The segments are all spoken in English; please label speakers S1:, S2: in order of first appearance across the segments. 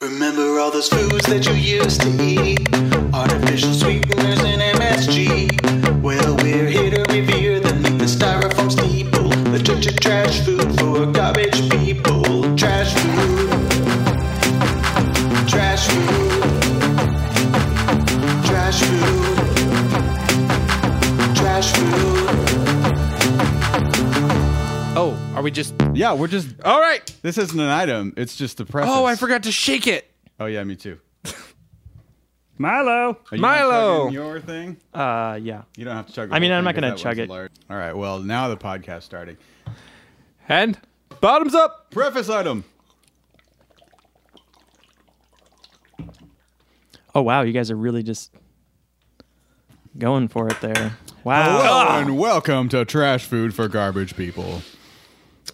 S1: Remember all those foods that you used to eat? Artificial sweeteners and MSG. Well, we're here to revere the meat, the styrofoam steeple. The church of trash food for garbage people. Trash food. Trash food. Trash food. Trash food.
S2: Oh, are we just?
S3: Yeah, we're just.
S2: All right.
S3: This isn't an item. It's just the preface.
S2: Oh, I forgot to shake it.
S3: Oh yeah, me too.
S4: Milo.
S3: Are you gonna
S2: Milo.
S3: chug in Your thing.
S4: Uh, yeah.
S3: You don't have to chug.
S4: I mean,
S3: the whole
S4: I'm not
S3: thing 'cause
S4: gonna
S3: that one's
S4: chug it.
S3: large. All right. Well, now the podcast starting.
S2: And bottoms up.
S3: Preface item.
S4: Oh wow, you guys are really just going for it there.
S3: Hello
S4: Wow.
S3: Oh, and welcome to Trash Food for Garbage People.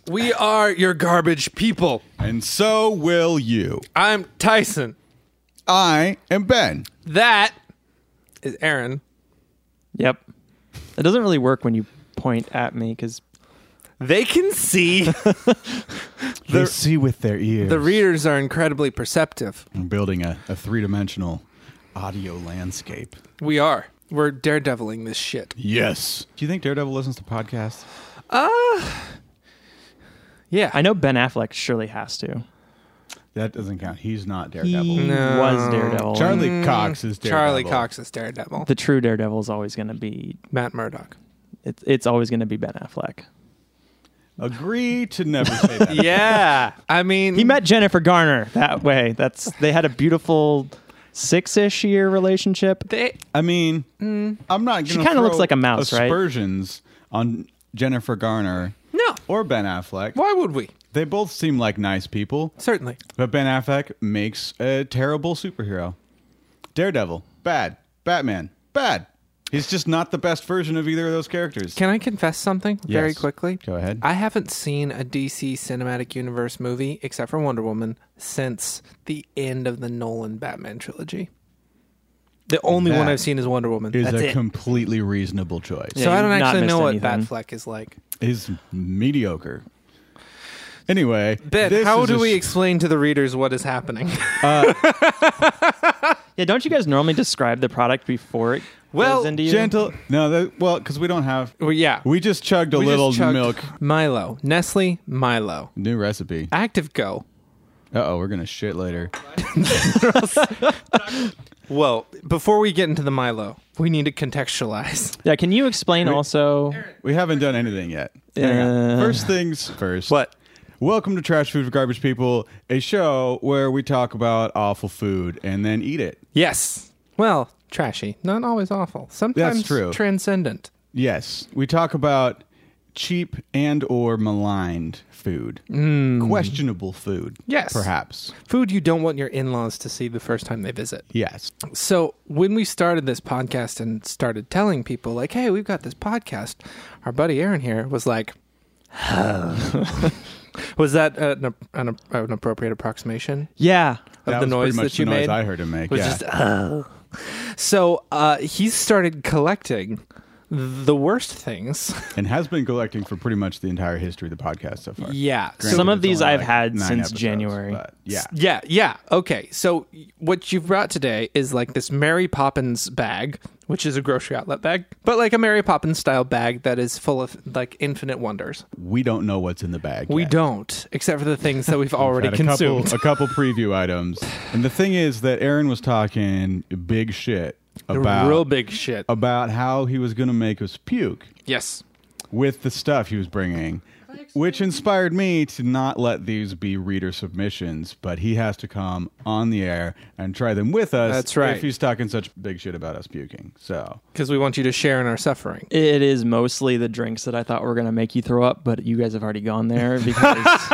S2: We are your garbage people.
S3: And so will you.
S2: I'm Tyson.
S3: I am Ben.
S2: That is Aaron.
S4: Yep. It doesn't really work when you point at me because
S2: They can see.
S3: They see with their ears.
S2: the readers are incredibly perceptive.
S3: I'm building a, a three dimensional audio landscape.
S2: We are. We're daredeviling this shit.
S3: Yes. Do you think Daredevil listens to podcasts?
S2: Yeah.
S4: I know Ben Affleck surely has to.
S3: That doesn't count. He's not Daredevil.
S4: He Mm, was Daredevil.
S3: Charlie Cox is Daredevil.
S2: Charlie Cox is Daredevil.
S4: The true Daredevil is always going to be.
S2: Matt Murdock.
S4: It's it's always going to be Ben Affleck.
S3: Agree to never say that.
S2: Yeah. I mean,
S4: He met Jennifer Garner that way. That's they had a beautiful six-ish year relationship.
S2: They,
S3: I mean, I'm not.
S4: Mm. She
S3: gonna
S4: kinda looks
S3: throw
S4: like a mouse, right?
S3: aspersions on Jennifer Garner
S2: no.
S3: or Ben Affleck.
S2: Why would we?
S3: They both seem like nice people,
S2: Certainly.
S3: but Ben Affleck makes a terrible superhero. Daredevil, bad. Batman, bad. He's just not the best version of either of those characters.
S2: Can I confess something very
S3: Yes.
S2: quickly?
S3: Go ahead.
S2: I haven't seen a DC Cinematic Universe movie except for Wonder Woman since the end of the Nolan Batman trilogy. The only one
S3: That
S2: I've seen is Wonder Woman.
S3: is
S2: That's
S3: a
S2: it.
S3: completely reasonable choice.
S2: so
S4: Yeah,
S2: I don't
S4: you've not
S2: actually
S4: missed
S2: know what
S4: anything.
S2: Batfleck is like.
S3: He's mediocre. Anyway,
S2: Ben,
S3: this
S2: how
S3: is
S2: do
S3: a
S2: we
S3: s-
S2: explain to the readers what is happening?
S4: Yeah, don't you guys normally describe the product before it
S2: Well,
S4: goes into you?
S3: gentle? No, that, well, because we don't have.
S2: well, yeah.
S3: We just chugged a
S2: We just
S3: little
S2: chugged
S3: milk.
S2: Milo. Nestle Milo.
S3: New recipe.
S2: Active Go.
S3: Uh oh, we're gonna shit later.
S2: Well, before we get into the Milo, we need to contextualize.
S4: Yeah, can you explain also?
S3: We haven't done anything yet. Hang on. First things first.
S2: What?
S3: Welcome to Trash Food for Garbage People, a show where we talk about awful food and then eat it.
S2: Yes. Well, trashy. Not always awful. Sometimes
S3: true.
S2: transcendent.
S3: Yes, we talk about cheap and or maligned food, questionable food.
S2: Mm. Yes.
S3: perhaps.
S2: Food you don't want your in laws to see the first time they visit.
S3: Yes.
S2: So, when we started this podcast and started telling people, like, hey, we've got this podcast, our buddy Aaron here was like, was that an, an, an appropriate approximation?
S4: Yeah.
S2: Of the
S3: was
S2: noise
S3: pretty much
S2: that you
S3: the noise
S2: made?
S3: I heard him make.
S2: was
S3: yeah.
S2: just so uh, he started collecting the worst things.
S3: and has been collecting for pretty much the entire history of the podcast so far.
S2: yeah.
S3: Granted,
S4: Some of
S3: it's
S4: these
S3: only
S4: I've had
S3: nine
S4: since January.
S3: but Yeah.
S2: Yeah, yeah. Okay. So what you've brought today is like this Mary Poppins bag, which is a grocery outlet bag, but like a Mary Poppins style bag that is full of like infinite wonders.
S3: We don't know what's in the bag.
S2: We
S3: yet.
S2: don't, except for the things that we've already
S3: Had a
S2: consumed.
S3: Couple, a couple preview items. And the thing is that Aaron was talking big shit about
S2: Real big shit.
S3: about how he was going to make us puke
S2: yes.
S3: with the stuff he was bringing, which inspired me to not let these be reader submissions, but he has to come on the air and try them with us.
S2: That's right.
S3: If he's talking such big shit about us puking. So,
S2: Because we want you to share in our suffering.
S4: It is mostly the drinks that I thought were going to make you throw up, but you guys have already gone there because.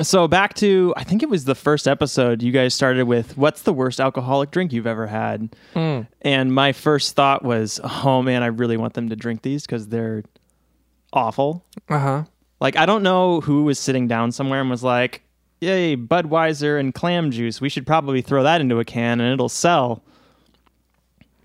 S4: so back to I think it was the first episode you guys started with what's the worst alcoholic drink you've ever had?
S3: Mm.
S4: And my first thought was, oh man, I really want them to drink these cuz they're awful.
S2: Uh huh.
S4: Like I don't know who was sitting down somewhere and was like, "Yay, Budweiser and clam juice. We should probably throw that into a can and it'll sell."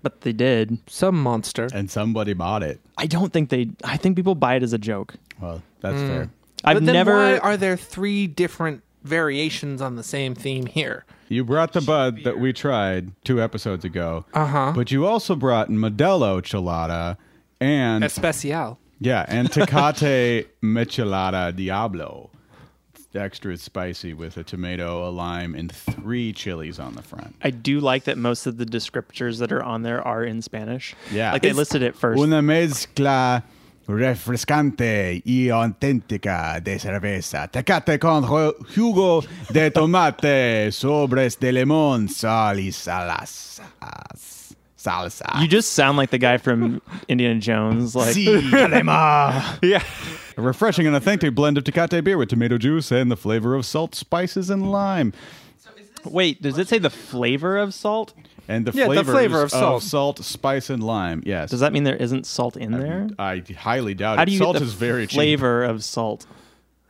S4: But they did.
S2: Some monster.
S3: and somebody bought it.
S4: I don't think they I think people buy it as a joke.
S3: Well, that's fair.
S4: I've
S2: but then
S4: never.
S2: Why are there three different variations on the same theme here?
S3: You brought the bud that we tried two episodes ago. Uh huh. But you also brought Modelo Chelada and
S2: Especial.
S3: yeah, and Tecate Michelada Diablo. It's Extra spicy with a tomato, a lime, and three chilies on the front.
S4: I do like that most of the descriptors that are on there are in Spanish.
S3: Yeah.
S4: like they
S3: It's-
S4: listed it first.
S3: Una mezcla refrescante y auténtica de cerveza. Tecate con ju- jugo de tomate, sobres de limón, sal y salas. Salsa.
S4: you just sound like the guy from Indiana Jones. Like
S3: Sí, crema.
S2: Yeah.
S3: A refreshing and authentic blend of Tecate beer with tomato juice and the flavor of salt, spices, and lime.
S4: Wait, does it say the flavor of salt?
S3: And the,
S2: Yeah, the
S3: flavors
S2: flavor of salt.
S3: salt, spice, and lime. Yes.
S4: Does that mean there isn't salt in there?
S3: I highly doubt
S4: How
S3: it.
S4: do you
S3: Uh, salt
S4: get the
S3: is very cheap.
S4: flavor of salt?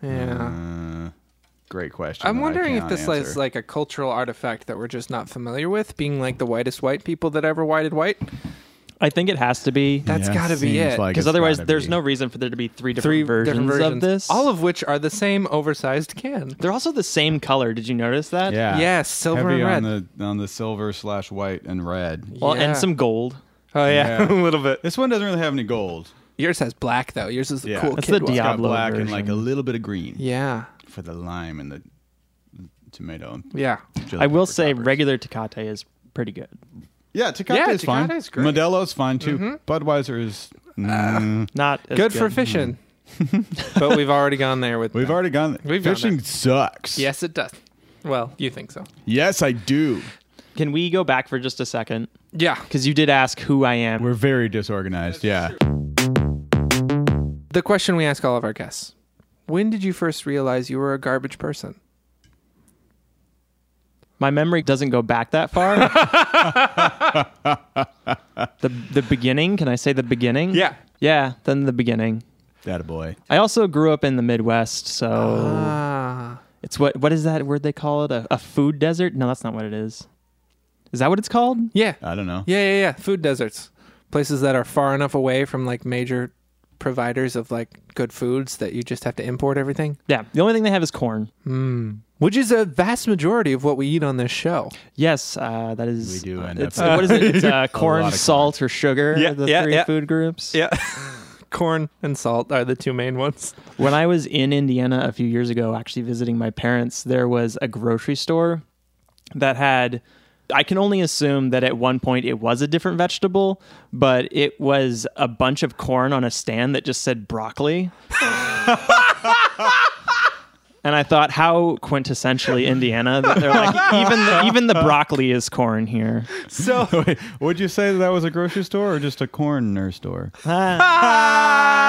S2: Yeah.
S3: Great question.
S2: I'm
S3: that I
S2: wondering if
S3: cannot
S2: this
S3: answer.
S2: is like a cultural artifact that we're just not familiar with, being like the whitest white people that ever whited white.
S4: I think it has to be
S2: That's
S3: Yeah,
S2: got to be
S3: seems
S2: it.
S3: like
S4: because
S3: it's
S4: otherwise,
S3: gotta
S4: there's
S3: be.
S4: no reason for there to be three different,
S2: Three
S4: versions,
S2: different versions
S4: of this.
S2: all of which are the same oversized can.
S4: they're also the same color. Did you notice that?
S3: Yeah.
S2: Yes, silver
S3: Heavy
S2: and
S3: on the on the silver slash white and red.
S4: Well,
S2: Yeah.
S4: and some gold.
S2: Oh yeah,
S3: Yeah.
S2: a little bit.
S3: This one doesn't really have any gold.
S2: Yours has black though. Yours is the
S3: Yeah.
S2: cool
S3: That's
S2: kid
S4: the
S2: one.
S3: It's got
S4: Diablo
S3: black and like a
S4: version.
S3: little bit of green
S2: Yeah,
S3: for the lime and the tomato. And
S2: yeah.
S3: chili
S4: I will
S3: pepper
S4: say
S3: toppers.
S4: regular Tecate is pretty good.
S3: Yeah, Tecate
S2: Yeah,
S3: is fine.
S2: Tecate's great. Mm-hmm. Ah.
S3: Modelo's fine too. Budweiser is. Mm,
S4: Not as
S2: Good, for fishing, but we've already gone there with.
S3: we've
S2: that.
S3: already gone.
S2: We've gone
S3: fishing
S2: there.
S3: sucks.
S2: Yes, it does. Well, you think so?
S3: Yes, I do.
S4: Can we go back for just a second?
S2: Yeah.
S4: Because you did ask who I am.
S3: We're very disorganized. yeah.
S2: The question we ask all of our guests: When did you first realize you were a garbage person?
S4: My memory doesn't go back that far. the the beginning. Can I say the beginning?
S2: Yeah.
S4: Yeah. Then the beginning.
S3: That a boy.
S4: I also grew up in the Midwest, so
S2: Ah,
S4: it's what what is that word they call it? A, a food desert? No, that's not what it is. Is that what it's called?
S2: yeah,
S3: I don't know.
S2: yeah, yeah, yeah. Food deserts, places that are far enough away from like major providers of like good foods that you just have to import everything, Mm.
S4: Yeah. The only thing they have is corn.
S2: which is a vast majority of what we eat on this show.
S4: Yes, uh, that is.
S3: We do
S4: uh,
S3: end
S4: it's,
S3: up-
S4: what is it? It's, uh,
S3: lot
S4: corn,
S3: of
S4: salt, or sugar.
S2: Yeah,
S4: are the
S2: yeah,
S4: three
S2: yeah.
S4: food groups.
S2: Yeah. Corn and salt are the two main ones.
S4: When I was in Indiana a few years ago, actually visiting my parents, there was a grocery store that had. I can only assume that at one point it was a different vegetable, but it was a bunch of corn on a stand that just said broccoli. and I thought, how quintessentially Indiana that they're like, even the, even the broccoli is corn here.
S2: So
S3: Wait, would you say that, that was a grocery store or just a corner store?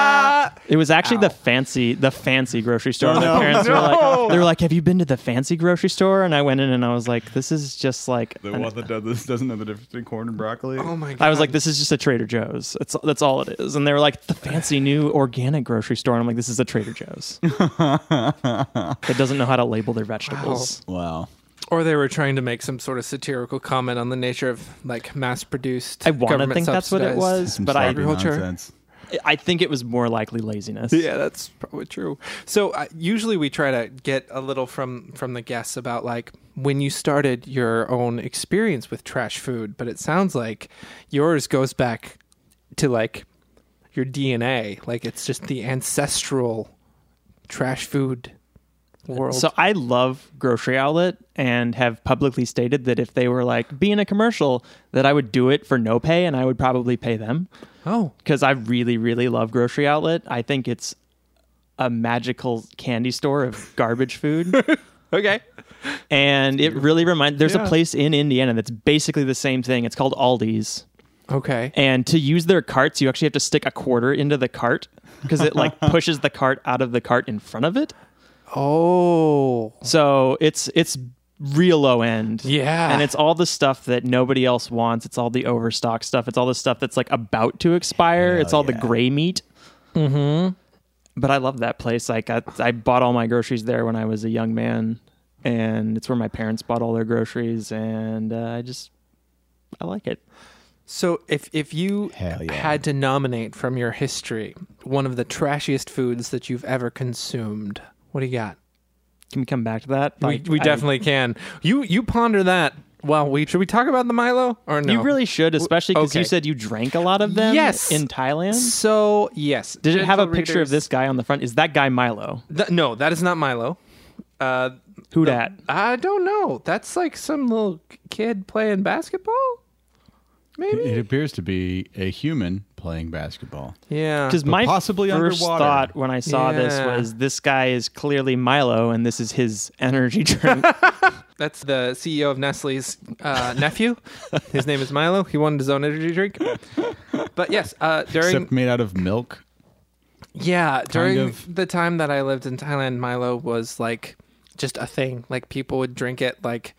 S4: It was actually the fancy, the fancy grocery store.
S3: No.
S4: My parents were
S2: No.
S4: like, they were like, "Have you been to the fancy grocery store?" And I went in and I was like, "This is just like,"
S3: The one that does this doesn't know the difference between corn and broccoli.
S2: Oh my god.
S4: I was like, "This is just a Trader Joe's. That's that's all it is." And they were like, "The fancy new organic grocery store." And I'm like, "This is a Trader Joe's." that doesn't know how to label their vegetables.
S3: Wow.
S2: or they were trying to make some sort of satirical comment on the nature of like mass produced.
S4: I want to think that's what it was,
S3: Some
S4: but I
S3: sloppy
S2: Agriculture.
S3: nonsense.
S4: I think it was more likely laziness.
S2: Yeah, that's probably true. So uh, usually we try to get a little from from the guests about like when you started your own experience with trash food, but it sounds like yours goes back to like your DNA, like it's just the ancestral trash food world.
S4: Uh, So I love grocery outlet and have publicly stated that if they were like being a commercial, that I would do it for no pay and I would probably pay them
S2: oh,
S4: because I really, really love grocery outlet. I think it's a magical candy store of garbage food.
S2: okay.
S4: and it really reminds there's
S3: Yeah.
S4: a place in Indiana that's basically the same thing. It's called Aldi's.
S2: Okay.
S4: And to use their carts, you actually have to stick a quarter into the cart because it like pushes the cart out of the cart in front of it.
S2: Oh.
S4: So it's it's real low end.
S2: Yeah.
S4: And it's all the stuff that nobody else wants. It's all the overstock stuff. It's all the stuff that's like about to expire. it's all the
S3: yeah.
S4: gray meat. Mm-hmm. But I love that place. Like I, I bought all my groceries there when I was a young man, and it's where my parents bought all their groceries, and uh, I just I like it.
S2: So if if you
S3: Hell yeah.
S2: had to nominate from your history one of the trashiest foods that you've ever consumed, what do you got?
S4: Can we come back to that? Like,
S2: we we
S4: I-
S2: definitely can. You you ponder that. Well, we should we talk about the Milo or no?
S4: You really should, especially because you
S2: okay.
S4: said you drank a lot of them.
S2: Yes.
S4: In Thailand.
S2: So yes.
S4: Did it have a
S2: Gentle
S4: picture of
S2: readers-
S4: this guy on the front? Is that guy Milo?
S2: Th- no, that is not Milo. Uh,
S4: Who dat?
S2: I don't know. That's like some little k- kid playing basketball. Maybe.
S3: It appears to be a human playing basketball.
S2: Yeah.
S4: Because my
S3: possibly
S4: first
S3: underwater.
S4: thought when I saw this
S2: Yeah.
S4: was this guy is clearly Milo, and this is his energy drink.
S2: That's the CEO of Nestle's uh, nephew. His name is Milo. He wanted his own energy drink. But yes, uh, during
S3: Except made out of milk.
S2: yeah, during
S3: of.
S2: the time that I lived in Thailand, Milo was like just a thing. Like people would drink it. Like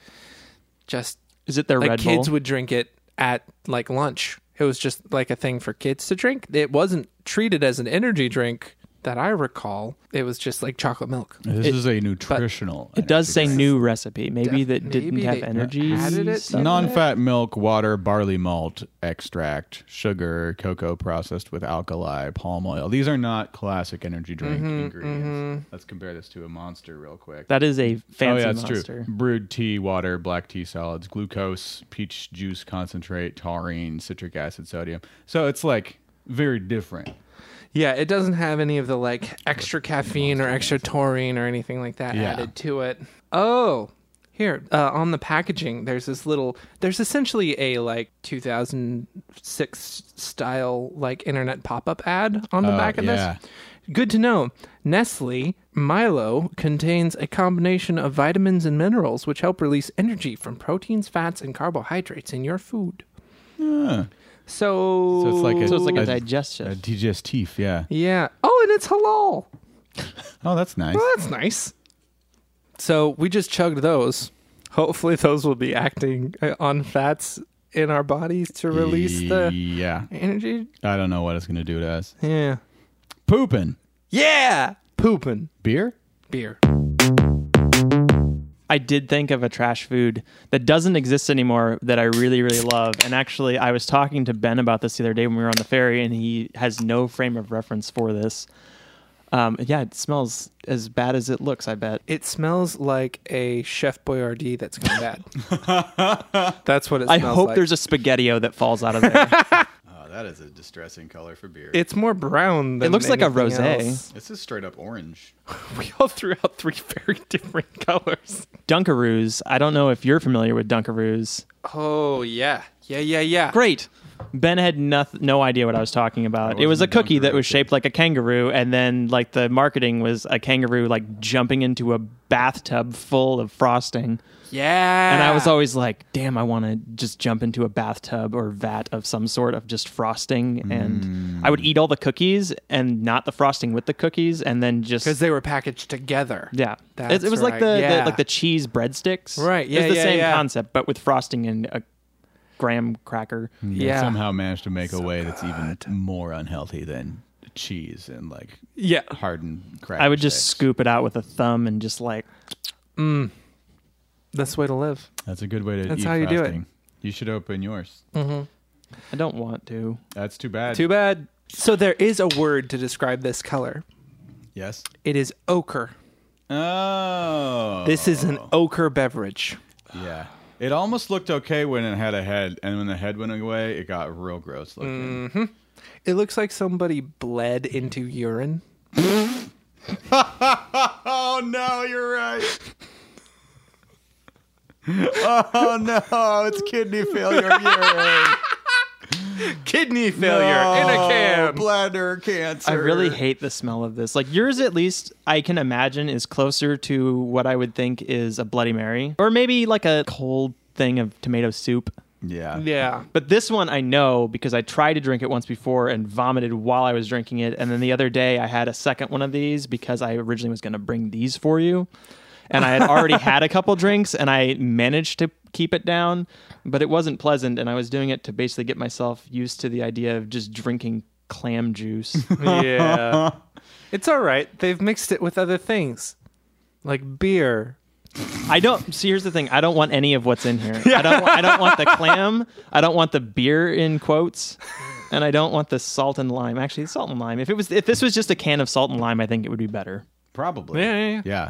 S2: just
S4: is it their
S2: like
S4: Red
S2: kids
S4: Bull?
S2: would drink it at like lunch. It was just like a thing for kids to drink. It wasn't treated as an energy drink that I recall. It was just like chocolate milk.
S3: This is a nutritional.
S4: it does say
S3: energy
S4: new recipe. Maybe
S2: Def-
S4: that didn't
S2: maybe
S4: have
S2: they
S4: energy.
S2: added it
S4: stuff.
S2: to
S3: drink. Non-fat milk, water, barley malt extract, sugar, cocoa processed with alkali, palm oil. These are not classic energy drink ingredients. Let's compare this to a monster real quick.
S4: That is a
S3: oh
S4: fancy
S3: yeah, it's
S4: monster.
S3: true. Brewed tea, water, black tea solids, glucose, peach juice concentrate, taurine, citric acid, sodium. So it's like very different.
S2: Yeah, it doesn't have any of the like extra caffeine or extra taurine or anything like that
S3: Yeah.
S2: added to it. Oh, here uh, on the packaging, there's this little. There's essentially a like 2006 style like internet pop up ad on the
S3: Oh,
S2: back of
S3: yeah.
S2: this. Good to know. Nestle Milo contains a combination of vitamins and minerals which help release energy from proteins, fats, and carbohydrates in your food.
S3: Ah. Uh,
S2: So,
S3: So it's like a,
S4: So it's like a
S3: a
S4: digestion.
S3: digestif. Yeah.
S2: yeah. Oh, and it's halal.
S3: Oh, that's nice.
S2: Well, that's nice. So we just chugged those. Hopefully, those will be acting uh, on fats in our bodies to release the
S3: yeah.
S2: energy.
S3: I don't know what it's gonna do to us.
S2: Yeah.
S3: Pooping
S2: Yeah. Pooping
S3: beer.
S2: beer.
S4: I did think of a trash food that doesn't exist anymore that I really, really love. And actually, I was talking to Ben about this the other day when we were on the ferry, and he has no frame of reference for this. Um, yeah, it smells as bad as it looks, I bet.
S2: It smells like a Chef Boyardee that's gone bad. that's what it
S4: I
S2: smells
S4: hope
S2: like.
S4: there's a spaghettio that falls out of there.
S3: Oh, that is a distressing color for beer.
S2: it's more brown than
S4: It looks like a
S2: anything
S4: rosé.
S2: else.
S3: this is straight up orange.
S2: We all threw out three very different colors.
S4: Dunkaroos. I don't know if you're familiar with Dunkaroos.
S2: Oh yeah, yeah, yeah, yeah.
S4: Great. Ben had no, no idea what I was talking about.
S3: I
S4: It was a
S3: wasn't a
S4: cookie that
S3: Dunkaroo
S4: was shaped like a kangaroo, and then like the marketing was a kangaroo like jumping into a bathtub full of frosting.
S2: Yeah.
S4: And I was always like, damn, I want to just jump into a bathtub or vat of some sort of just frosting. And I would eat all the cookies and not the frosting with the cookies. And then just,
S2: because they were packaged together.
S4: yeah.
S2: That's
S4: it, it was like
S2: right.
S4: the,
S2: Yeah.
S4: the, like the cheese breadsticks.
S2: Right. Yeah,
S4: It's the
S2: yeah,
S4: same
S2: yeah.
S4: concept, but with frosting and a graham cracker.
S2: Yeah.
S3: Somehow managed to make a way that's even more unhealthy than cheese and like
S2: Yeah.
S3: hardened crackers.
S4: I would just scoop it out with a thumb and just like,
S2: Mm. That's the way to live.
S3: That's a good way to.
S2: That's
S3: eat
S2: how you do it.
S3: frosting. You should open yours.
S4: I don't want to.
S3: That's too bad.
S2: Too bad. So there is a word to describe this color.
S3: Yes.
S2: It is ochre.
S3: Oh.
S2: This is an ochre beverage.
S3: Yeah. It almost looked okay when it had a head, and when the head went away, it got real gross
S2: Mm.
S3: looking.
S2: It looks like somebody bled into urine.
S3: Oh no, you're right. oh no, it's kidney failure. urine.
S2: Kidney failure in a
S3: Oh,
S2: can.
S3: bladder cancer.
S4: I really hate the smell of this. Like yours, at least I can imagine is closer to what I would think is a Bloody Mary, or maybe like a cold thing of tomato soup.
S3: Yeah.
S2: yeah.
S4: But this one I know because I tried to drink it once before and vomited while I was drinking it. And then the other day I had a second one of these because I originally was going to bring these for you. And I had already had a couple drinks and I managed to keep it down, but it wasn't pleasant. And I was doing it to basically get myself used to the idea of just drinking clam juice.
S2: Yeah. it's all right. They've mixed it with other things like beer
S4: I don't see. Here's the thing. I don't want any of what's in here. I don't. I don't want the clam. I don't want the beer in quotes, and I don't want the salt and lime. Actually, salt and lime. If it was, if this was just a can of salt and lime, I think it would be better.
S3: Probably.
S2: Yeah, yeah,
S3: yeah.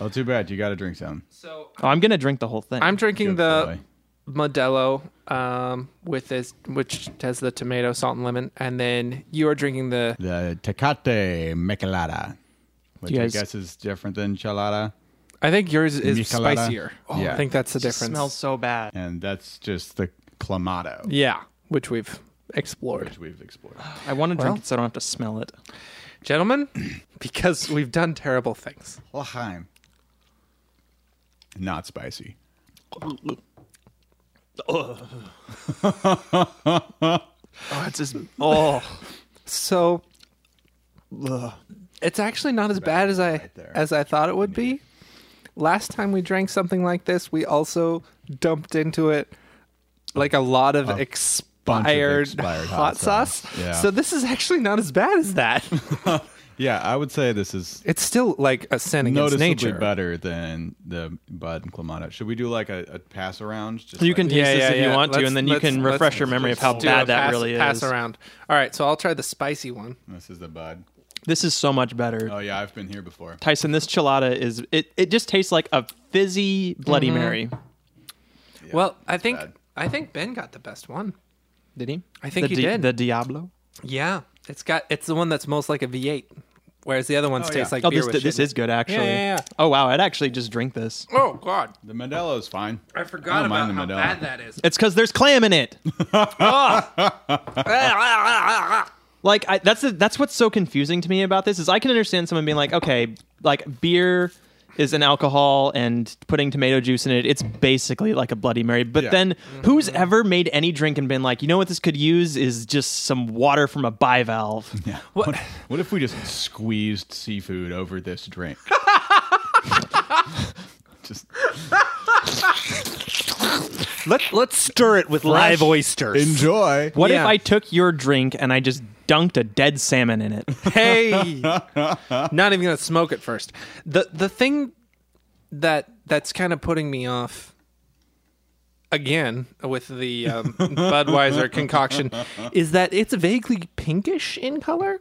S3: Oh, too bad. You got to drink some.
S2: So
S4: Oh, I'm gonna drink the whole thing.
S2: I'm drinking
S3: Good
S2: the
S3: boy.
S2: Modelo um, with this, which has the tomato, salt, and lemon, and then you are drinking the.
S3: The Tecate Michelada, which
S4: You
S3: I
S4: guys-
S3: guess is different than Chalada.
S2: I think yours is
S3: Michelada.
S2: spicier. Oh,
S3: Yeah.
S2: I think that's the
S4: It
S2: difference.
S4: smells so bad.
S3: And that's just the Clamato,
S2: Yeah, which we've explored,
S3: which we've explored.
S4: I want to
S2: Well.
S4: drink it so I don't have to smell it.
S2: gentlemen, because we've done terrible things.
S3: Laheim. Not spicy.
S4: Oh, it's just oh.
S2: So it's actually not as bad as I
S3: there.
S2: as I thought it would be. Last time we drank something like this, we also dumped into it like a lot of expired,
S3: expired
S2: hot,
S3: hot
S2: sauce.
S3: sauce. Yeah.
S2: So this is actually not as bad as that.
S3: Yeah, I would say this is
S2: it's still like a sin against
S3: noticeably
S2: nature.
S3: better than the Bud and Clamato. Should we do like a, a pass around? Just
S4: You
S3: like-
S4: can taste
S2: Yeah,
S4: this
S2: yeah,
S4: if you
S2: yeah.
S4: want to,
S2: Let's-
S4: and then you
S2: let's-
S4: can
S2: let's-
S4: refresh your memory of how
S2: Let's do a
S4: bad that
S2: pass-
S4: really is.
S2: Pass around. All right, so I'll try the spicy one.
S3: This is the Bud.
S4: This is so much better.
S3: Oh yeah, I've been here before.
S4: Tyson, this chilada is it, it just tastes like a fizzy Bloody Mary.
S2: well, I think
S3: bad.
S2: I think Ben got the best one.
S4: Did he?
S2: I think
S4: the
S2: he did.
S4: The Diablo.
S2: Yeah, it's got it's the one that's most like a V8, whereas the other ones
S3: Oh,
S2: taste
S3: yeah.
S2: like
S4: Oh,
S2: beer
S4: this,
S2: with
S4: this
S2: shit in
S4: is good actually.
S2: yeah, yeah.
S4: Oh wow, I'd actually just drink this.
S2: it. Oh God,
S3: The Modelo is fine.
S2: I forgot
S3: don't
S2: about
S3: mind
S2: how
S3: the Modelo.
S2: bad that is.
S4: It's because there's clam in it. Like I, that's the, that's what's so confusing to me about this is I can understand someone being like, okay, like beer is an alcohol and putting tomato juice in it, it's basically like a Bloody Mary. But
S3: Yeah.
S4: then who's ever made any drink and been like, you know what this could use is just some water from a bivalve.
S3: Yeah. What? what if we just squeezed seafood over this drink? just
S2: Let let's stir it with live oysters.
S3: enjoy.
S4: What if
S2: Yeah.
S4: I took your drink and I just dunked a dead salmon in it?
S2: hey, not even gonna smoke it first. The the thing that that's kind of putting me off again with the um, Budweiser concoction is that it's vaguely pinkish in color.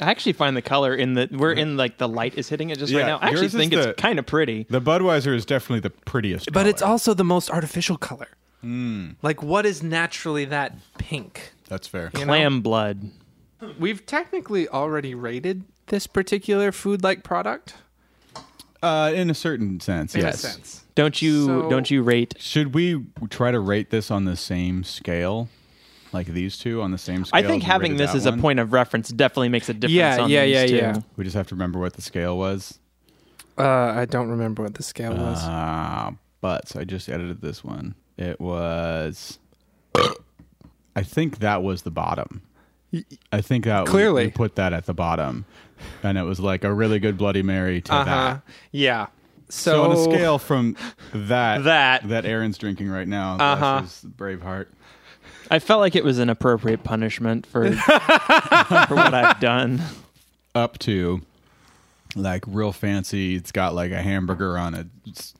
S4: I actually find the color in the we're in like the light is hitting it just right
S3: Uh-huh. Yeah,
S4: now. I actually
S3: yours is
S4: think
S3: the-
S4: it's kind of pretty.
S3: The Budweiser is definitely the prettiest,
S2: But it's
S3: color. Hmm.
S2: also the most artificial color. Like, what is naturally that pink?
S3: that's fair.
S4: Clam blood.
S2: We've technically already rated this particular food like product
S3: Uh, in a certain sense,
S2: in
S3: yes.
S2: a sense.
S4: Don't you
S2: So-
S4: don't you rate?
S3: Should we try to rate this on the same scale, like these two on the same scale?
S4: I think
S3: as we
S4: having
S3: rated
S4: this
S3: that
S4: as a
S3: one?
S4: point of reference definitely makes a difference.
S2: Yeah,
S4: on
S2: yeah,
S4: these
S2: yeah,
S4: two.
S2: yeah.
S3: We just have to remember what the scale was.
S2: Uh, I don't remember what the scale was.
S3: Uh, but so I just edited this one. It was. I think that was the bottom. I think that we-
S2: Clearly.
S3: we put that at the bottom, and it was like a really good Bloody Mary to
S2: Uh huh.
S3: that.
S2: Yeah. So,
S3: So on a scale from that
S2: That.
S3: that Aaron's drinking right now,
S2: Uh-huh.
S3: this is Braveheart.
S4: I felt like it was an appropriate punishment for for what I've done.
S3: up to like real fancy. It's got like a hamburger on a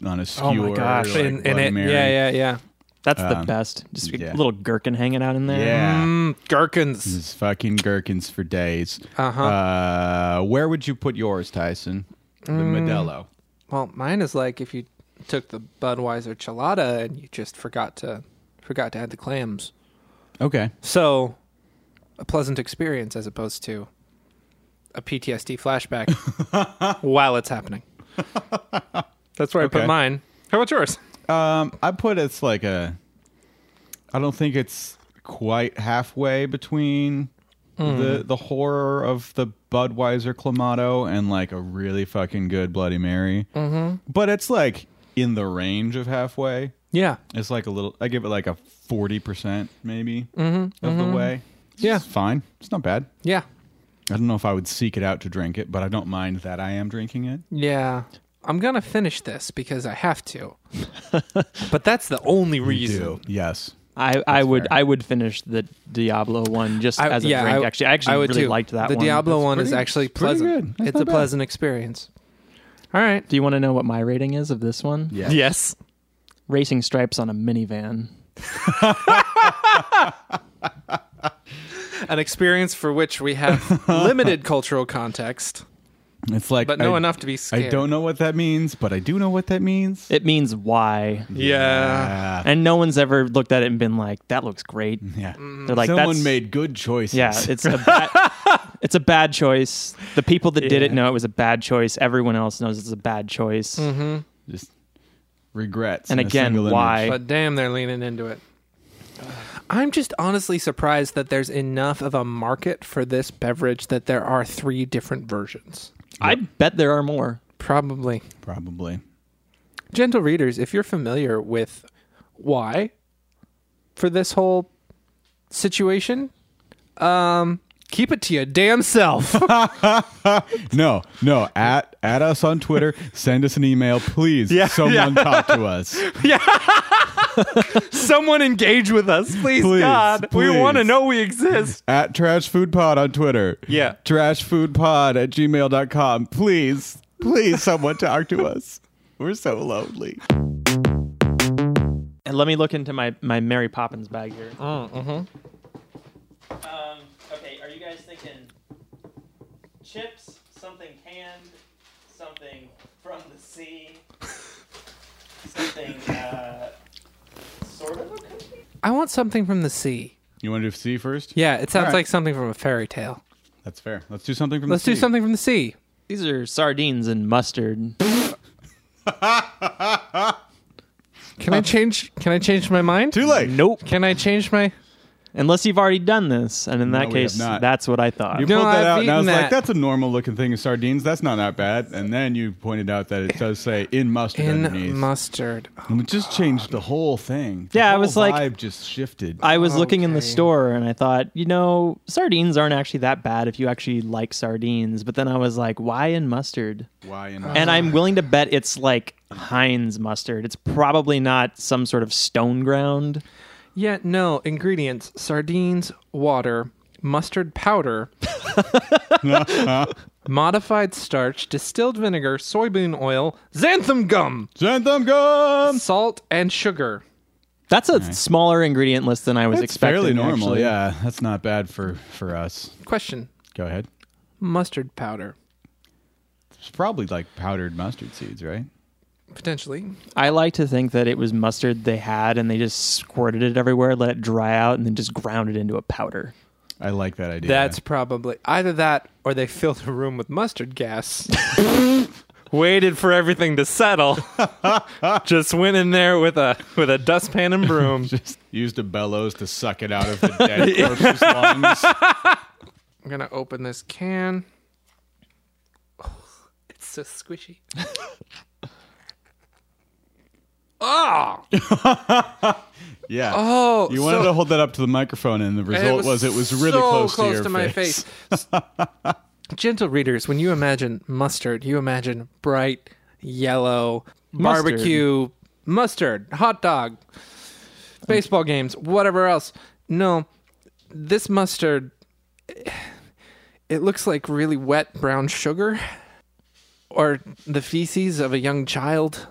S3: on a skewer.
S4: gosh.
S3: like
S2: Oh in, in
S3: Bloody
S2: it,
S3: Mary.
S2: yeah, yeah, yeah.
S4: That's the
S3: Um,
S4: best. Just a
S3: yeah.
S4: little gherkin hanging out in there.
S3: Yeah.
S2: Mm, gherkins.
S3: It's fucking gherkins for days.
S2: Uh-huh.
S3: Uh, Where would you put yours, Tyson? The
S2: Mm.
S3: Modelo.
S2: Well, mine is like if you took the Budweiser Chelada and you just forgot to forgot to add the clams.
S3: Okay.
S2: So, a pleasant experience as opposed to a PTSD flashback while it's happening. That's where I
S3: Okay.
S2: put mine. How about yours?
S3: Um, I put it's like a. I don't think it's quite halfway between
S2: Mm.
S3: the the horror of the Budweiser Clamato and like a really fucking good Bloody Mary. Mm-hmm. But it's like in the range of halfway.
S2: Yeah.
S3: It's like a little. I give it like a forty percent maybe of the way.
S2: Mm-hmm. Yeah.
S3: it's fine. It's not bad.
S2: Yeah.
S3: I don't know if I would seek it out to drink it, but I don't mind that I am drinking it.
S2: Yeah. I'm going to finish this because I have to. but that's the only reason.
S3: Yes.
S4: I, I would I would finish the Diablo one just
S2: I-
S4: as a
S2: yeah,
S4: drink.
S2: I-
S4: actually, I actually
S2: I would
S4: really
S2: too.
S4: liked that
S2: the
S4: one.
S2: Diablo one is
S3: pretty-
S2: actually
S3: it's pretty
S2: pleasant.
S3: good. That's
S2: It's
S3: not
S2: a
S3: bad.
S2: pleasant experience. All right.
S4: Do you want to know what my rating is of this one?
S3: Yeah.
S2: Yes.
S4: Racing stripes on a minivan.
S2: An experience for which we have limited cultural context,
S3: It's like
S2: but know
S3: I,
S2: enough to be
S3: I
S2: scared.
S3: don't know what that means, but I do know what that means.
S4: It means why.
S2: Yeah.
S3: Uh,
S4: And no one's ever looked at it and been like, "That looks great."
S3: yeah.
S2: Mm-hmm.
S4: They're like,
S3: Someone
S4: "That's
S3: made good choices.
S4: yeah." It's a bad, it's a bad choice. The people that did it know it was a bad choice. Everyone else knows it's a bad choice.
S3: just regrets.
S4: And
S3: in a
S4: again,
S3: single image.
S4: why?
S2: But damn, they're leaning into it. I'm just honestly surprised that there's enough of a market for this beverage that there are three different versions.
S4: I bet there are more.
S2: Probably.
S3: Probably.
S2: Gentle readers, if you're familiar with why for this whole situation, um, keep it to your damn self.
S3: No, no. At at us on Twitter. Send us an email, please. Someone talk to us.
S2: Someone engage with us, please,
S3: Please,
S2: God. We
S3: please.
S2: want to know we exist.
S3: At Trash Food Pod on Twitter.
S2: Yeah.
S3: Trash Food Pod at gmail.com. Please, please, someone talk to us. We're so lonely.
S4: And let me look into my my Mary Poppins bag here.
S3: Mm, mm-hmm.
S4: Um, okay, are you guys thinking chips, something canned, something from the sea, something uh, sort of a cookie?
S2: I want something from the sea.
S3: You want to do C first?
S2: Yeah, it sounds
S3: All right.
S2: like something from a fairy tale.
S3: That's fair. Let's do something from
S2: Let's
S3: the
S2: do
S3: sea.
S2: something from the sea.
S4: These are sardines and mustard.
S2: Can I change? Can I change my mind?
S3: Too late.
S4: Nope.
S2: Can I change my?
S4: Unless you've already done this, and in
S3: No,
S4: that
S3: we have
S4: case,
S3: not.
S4: that's what I thought.
S3: You
S2: No,
S3: pulled that
S2: I've
S3: out, and I was
S2: eaten that.
S3: like, "That's a normal looking thing of sardines. That's not that bad." And then you pointed out that it does say in mustard underneath.
S2: In mustard.
S3: And it just changed the whole thing. The
S4: Yeah, I
S3: whole
S4: was like-
S3: vibe just shifted.
S4: I was looking in the
S2: Okay.
S4: store and I thought, you know, sardines aren't actually that bad if you actually like sardines. But then I was like, why in mustard?
S3: Why in
S4: And I'm willing to bet it's like Heinz mustard. It's probably not some sort of stone ground.
S2: Yeah, no ingredients: sardines, water, mustard powder, modified starch, distilled vinegar, soybean oil, xanthan gum,
S3: Xanthan gum.
S2: salt, and sugar.
S4: That's a smaller ingredient list than I was
S3: It's
S4: expecting.
S3: fairly normal.
S4: actually.
S3: Yeah, that's not bad for for us.
S2: Question:
S3: Go ahead.
S2: Mustard powder,
S3: It's probably like powdered mustard seeds, right?
S2: potentially.
S4: I like to think that it was mustard they had and they just squirted it everywhere, let it dry out, and then just ground it into a powder.
S3: I like that idea.
S2: That's probably either that or they filled the room with mustard gas. Waited for everything to settle. Just went in there with a with a dustpan and broom.
S3: just used a bellows to suck it out of the dead corpse's lungs.
S2: I'm gonna open this can. it's so squishy. oh,
S3: Yeah.
S2: oh!
S3: You wanted
S2: so-
S3: to hold that up to the microphone, and the
S2: and
S3: result was, it was really
S2: so
S3: close, to your
S2: my face. Gentle readers, when you imagine mustard, you imagine bright yellow
S4: Mustard.
S2: barbecue mustard, hot dog, baseball games, whatever else. No, this mustard, it looks like really wet brown sugar or the feces of a young child.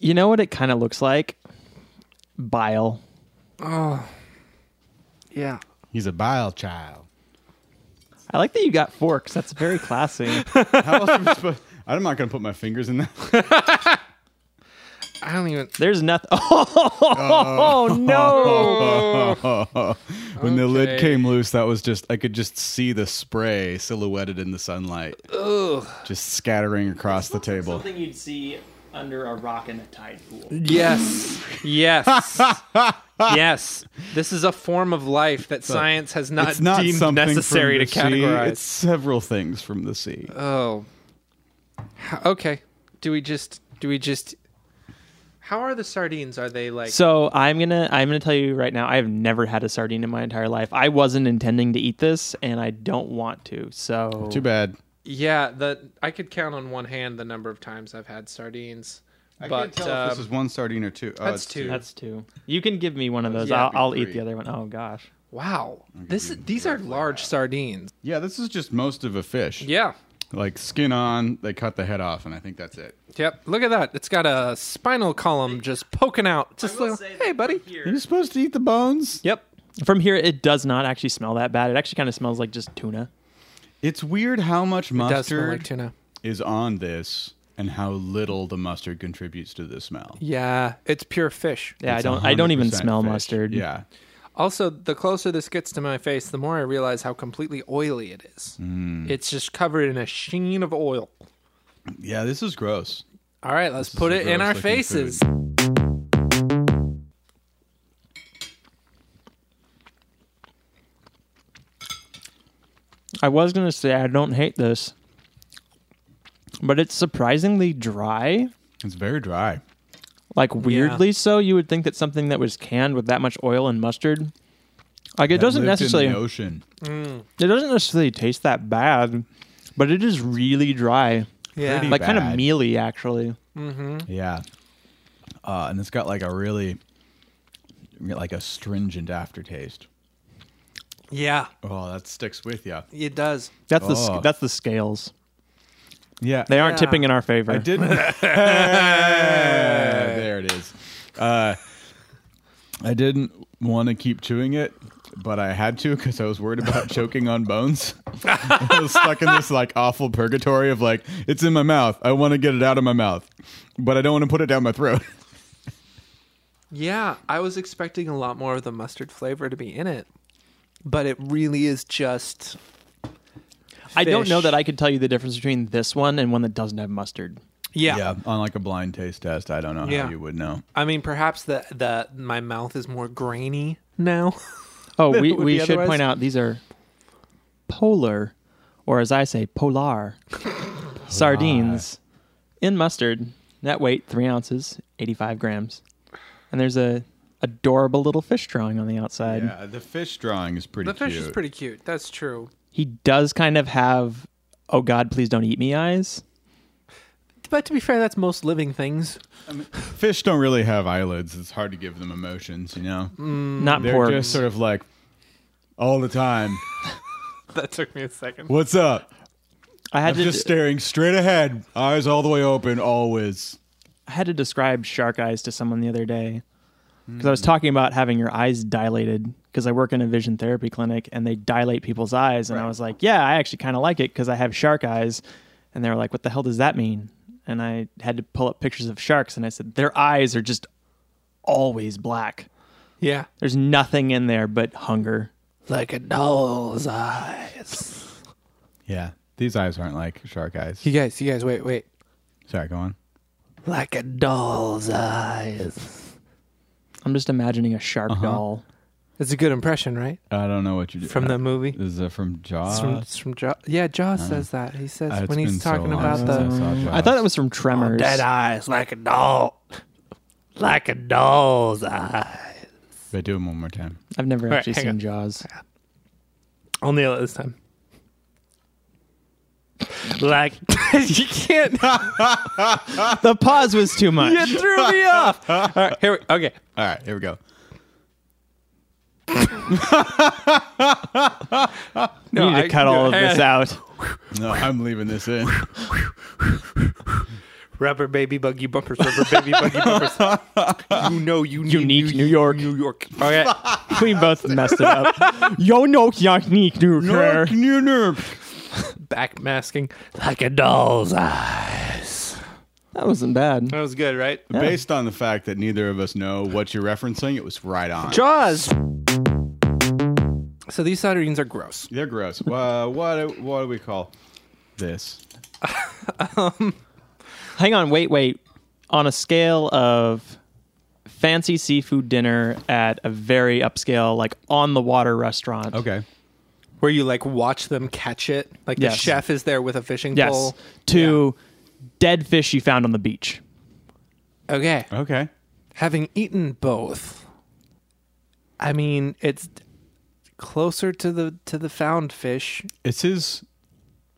S4: You know what it kind of looks like? Bile.
S2: Yeah.
S3: He's a bile child.
S4: I like that you got forks. That's very classy.
S3: How else am I supposed? I'm not going to put my fingers in that.
S2: I don't even.
S4: There's nothing. Oh, no.
S3: When the lid
S2: Okay.
S3: came loose, that was just I could just see the spray silhouetted in the sunlight, just scattering across the table.
S4: you'd see under a rock in a tide pool.
S2: Yes. Yes. yes. This is a form of life that science has not,
S3: It's not
S2: deemed
S3: something
S2: necessary to
S3: from the sea.
S2: categorize.
S3: It's several things from the sea.
S2: Oh. How- Okay. Do we just do we just How are the sardines? Are they like
S4: So I'm gonna I'm gonna tell you right now. I have never had a sardine in my entire life. I wasn't intending to eat this, and I don't want to. So
S3: Too bad.
S2: Yeah, the I could count on one hand the number of times I've had sardines. but um,
S3: is one sardine or two. Oh,
S2: that's it's two. two.
S4: That's two. You can give me one of those.
S2: Yeah,
S4: I'll,
S3: be
S4: I'll eat
S3: three.
S4: the other one. Oh gosh.
S2: wow. This is, these are large sardines.
S3: Yeah, this is just most of a fish.
S2: Yeah.
S3: like skin on. They cut the head off, and I think that's it.
S2: Yep. Look at that. It's got a spinal column just poking out. Just like, hey, buddy.
S5: You're supposed to eat the bones.
S2: Yep.
S4: Mm-hmm. From here, it does not actually smell that bad. It actually kind of smells like just tuna.
S3: It's weird how much
S2: Does smell
S3: mustard
S2: like tuna.
S3: is on this, and how little the mustard contributes to the smell.
S2: Yeah, it's pure fish.
S4: Yeah,
S3: It's
S4: I don't. I don't even
S3: 100%
S4: smell
S3: fish.
S4: mustard.
S3: Yeah,
S2: Also, the closer this gets to my face, the more I realize how completely oily it is. It's just covered in a sheen of oil.
S3: yeah. This is gross.
S2: All right, let's put
S3: a
S2: it in our
S3: gross-looking
S2: faces.
S4: I was gonna say I don't hate this, but it's surprisingly dry.
S3: It's very dry.
S4: Like weirdly so. You would think that something that was canned with that much oil and mustard, like it
S3: That
S4: doesn't
S3: lived
S4: necessarily.
S3: in the ocean.
S4: It doesn't necessarily taste that bad, but it is really dry.
S2: Yeah.
S3: Pretty
S4: like kind of
S3: bad.
S4: mealy actually.
S3: Yeah, uh, and it's got like a really like astringent aftertaste.
S2: yeah,
S3: Oh, that sticks with you.
S2: it does.
S4: That's the
S3: Oh.
S4: sc- that's the scales.
S3: Yeah,
S4: They aren't
S2: Yeah.
S4: tipping in our favor.
S3: I didn't. there it is. Uh, I didn't want to keep chewing it, but I had to because I was worried about choking on bones. I was stuck in this like awful purgatory of like it's in my mouth. I want to get it out of my mouth, but I don't want to put it down my throat.
S2: Yeah, I was expecting a lot more of the mustard flavor to be in it, but it really is just.
S4: I don't know
S2: fish.
S4: that I could tell you the difference between this one and one that doesn't have mustard.
S2: Yeah.
S3: on like a blind taste test, I don't know
S2: Yeah.
S3: how you would know.
S2: I mean, perhaps the the my mouth is more grainy now.
S4: Oh, we,
S2: it would
S4: we
S2: be
S4: should
S2: otherwise.
S4: point out these are polar, or as I say, polar sardines in mustard. Net weight three ounces, eighty-five grams, and there's a adorable little fish drawing on the outside.
S3: Yeah, the fish drawing is pretty.
S2: the fish
S3: cute.
S2: is pretty cute. That's true.
S4: He does kind of have, oh God, please don't eat me eyes.
S2: But to be fair, that's most living things.
S3: Fish don't really have eyelids. It's hard to give them emotions, you know.
S2: Mm.
S4: Not
S3: Mm, They're
S4: pork.
S3: just sort of like all the time.
S2: That took me a second.
S3: What's up?
S4: I had
S3: I'm
S4: to
S3: just staring straight ahead, eyes all the way open, always.
S4: I had to describe shark eyes to someone the other day because
S2: Hmm.
S4: I was talking about having your eyes dilated because I work in a vision therapy clinic and they dilate people's eyes. And I was like, yeah, I actually kind of like it because I have shark eyes. And they were like, what the hell does that mean? And I had to pull up pictures of sharks and I said, their eyes are just always black.
S2: Yeah.
S4: There's nothing in there but hunger.
S2: Like a doll's eyes.
S3: Yeah, these eyes aren't like shark eyes.
S2: You guys, you guys, wait, wait.
S3: Sorry, go on.
S2: Like a doll's eyes.
S4: I'm just imagining a shark
S2: Uh-huh.
S4: doll.
S2: That's a good impression, right?
S3: I don't know what you did
S2: From the movie.
S3: Is that from Jaws?
S2: It's from, it's from Jaw- yeah, Jaws says that. He says
S3: Uh, it's
S2: when
S3: been
S2: he's
S3: so
S2: talking
S3: long
S2: about
S3: since
S2: the
S3: saw
S4: I
S3: Jaws.
S4: thought it was from Tremors.
S2: eyes like a doll. Like a doll's eye.
S3: But do it one more time.
S4: I've never
S2: right,
S4: actually
S2: hang
S4: seen
S2: on.
S4: Jaws.
S2: I'll nail it this time. Like you can't.
S4: The pause was too much.
S2: You threw me off. All right, here we okay.
S3: All right, here we go.
S2: No,
S4: we need to
S2: I-
S4: cut all of
S2: hang
S4: this
S2: on.
S4: out.
S3: No, I'm leaving this in.
S2: Rubber baby buggy bumpers. Rubber baby buggy bumpers. you know you need,
S4: need New York.
S2: New York.
S4: Okay. we both messed it up. Yo no yaknik nuker.
S2: Back masking like a doll's eye.
S4: That wasn't bad.
S2: That was good, right?
S3: Based on the fact that neither of us know what you're referencing, it was right on.
S2: Jaws. So these sardines are gross.
S3: They're gross. Uh, what what do we call this?
S4: Hang on, wait, wait. On a scale of fancy seafood dinner at a very upscale, like on the water restaurant.
S3: Okay.
S2: Where you like watch them catch it. Like
S4: Yes.
S2: the chef is there with a fishing
S4: Yes.
S2: pole.
S4: To dead fish you found on the beach.
S2: Okay.
S3: Okay.
S2: Having eaten both, I mean it's closer to the to the found fish.
S3: This is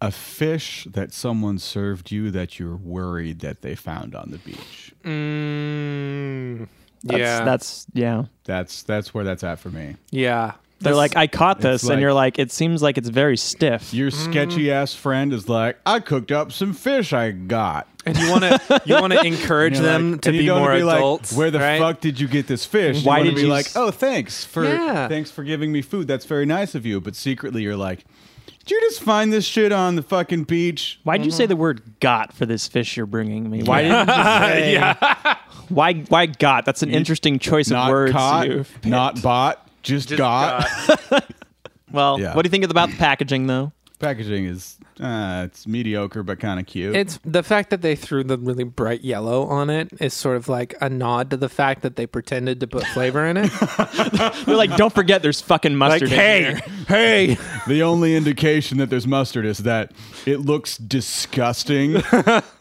S3: a fish that someone served you that you're worried that they found on the beach.
S2: Mm,
S4: That's, That's yeah.
S3: That's that's where that's at for me.
S2: yeah.
S4: They're like, I caught this,
S3: like-
S4: and you're like, it seems like it's very stiff.
S3: Your sketchy ass friend is like, I cooked up some fish I got.
S2: And you want to you want to encourage
S3: You're
S2: them
S3: like-
S2: to
S3: and you
S2: be
S3: don't
S2: more
S3: wanna be like,
S2: adults.
S3: Where the
S2: right?
S3: fuck did you get this fish?
S4: Why
S3: wanna
S4: did
S3: be
S4: you
S3: like,
S4: s-
S3: oh, thanks for
S2: Yeah.
S3: thanks for giving me food. That's very nice of you. But secretly, you're like, did you just find this shit on the fucking beach?
S4: Why'd you say the word "got" for this fish you're bringing me? Why didn't you just say, why why "got"? That's an interesting choice of
S3: Not
S4: words.
S3: caught,
S4: you've picked.
S3: not bought, just, got.
S4: well,
S3: Yeah.
S4: what do you think about the packaging though?
S3: Packaging is uh, it's mediocre but kind of cute.
S2: It's the fact that they threw the really bright yellow on it is sort of like a nod to the fact that they pretended to put flavor in it.
S4: They're like, don't forget, there's fucking mustard. in here."
S2: hey,
S3: the only indication that there's mustard is that it looks disgusting,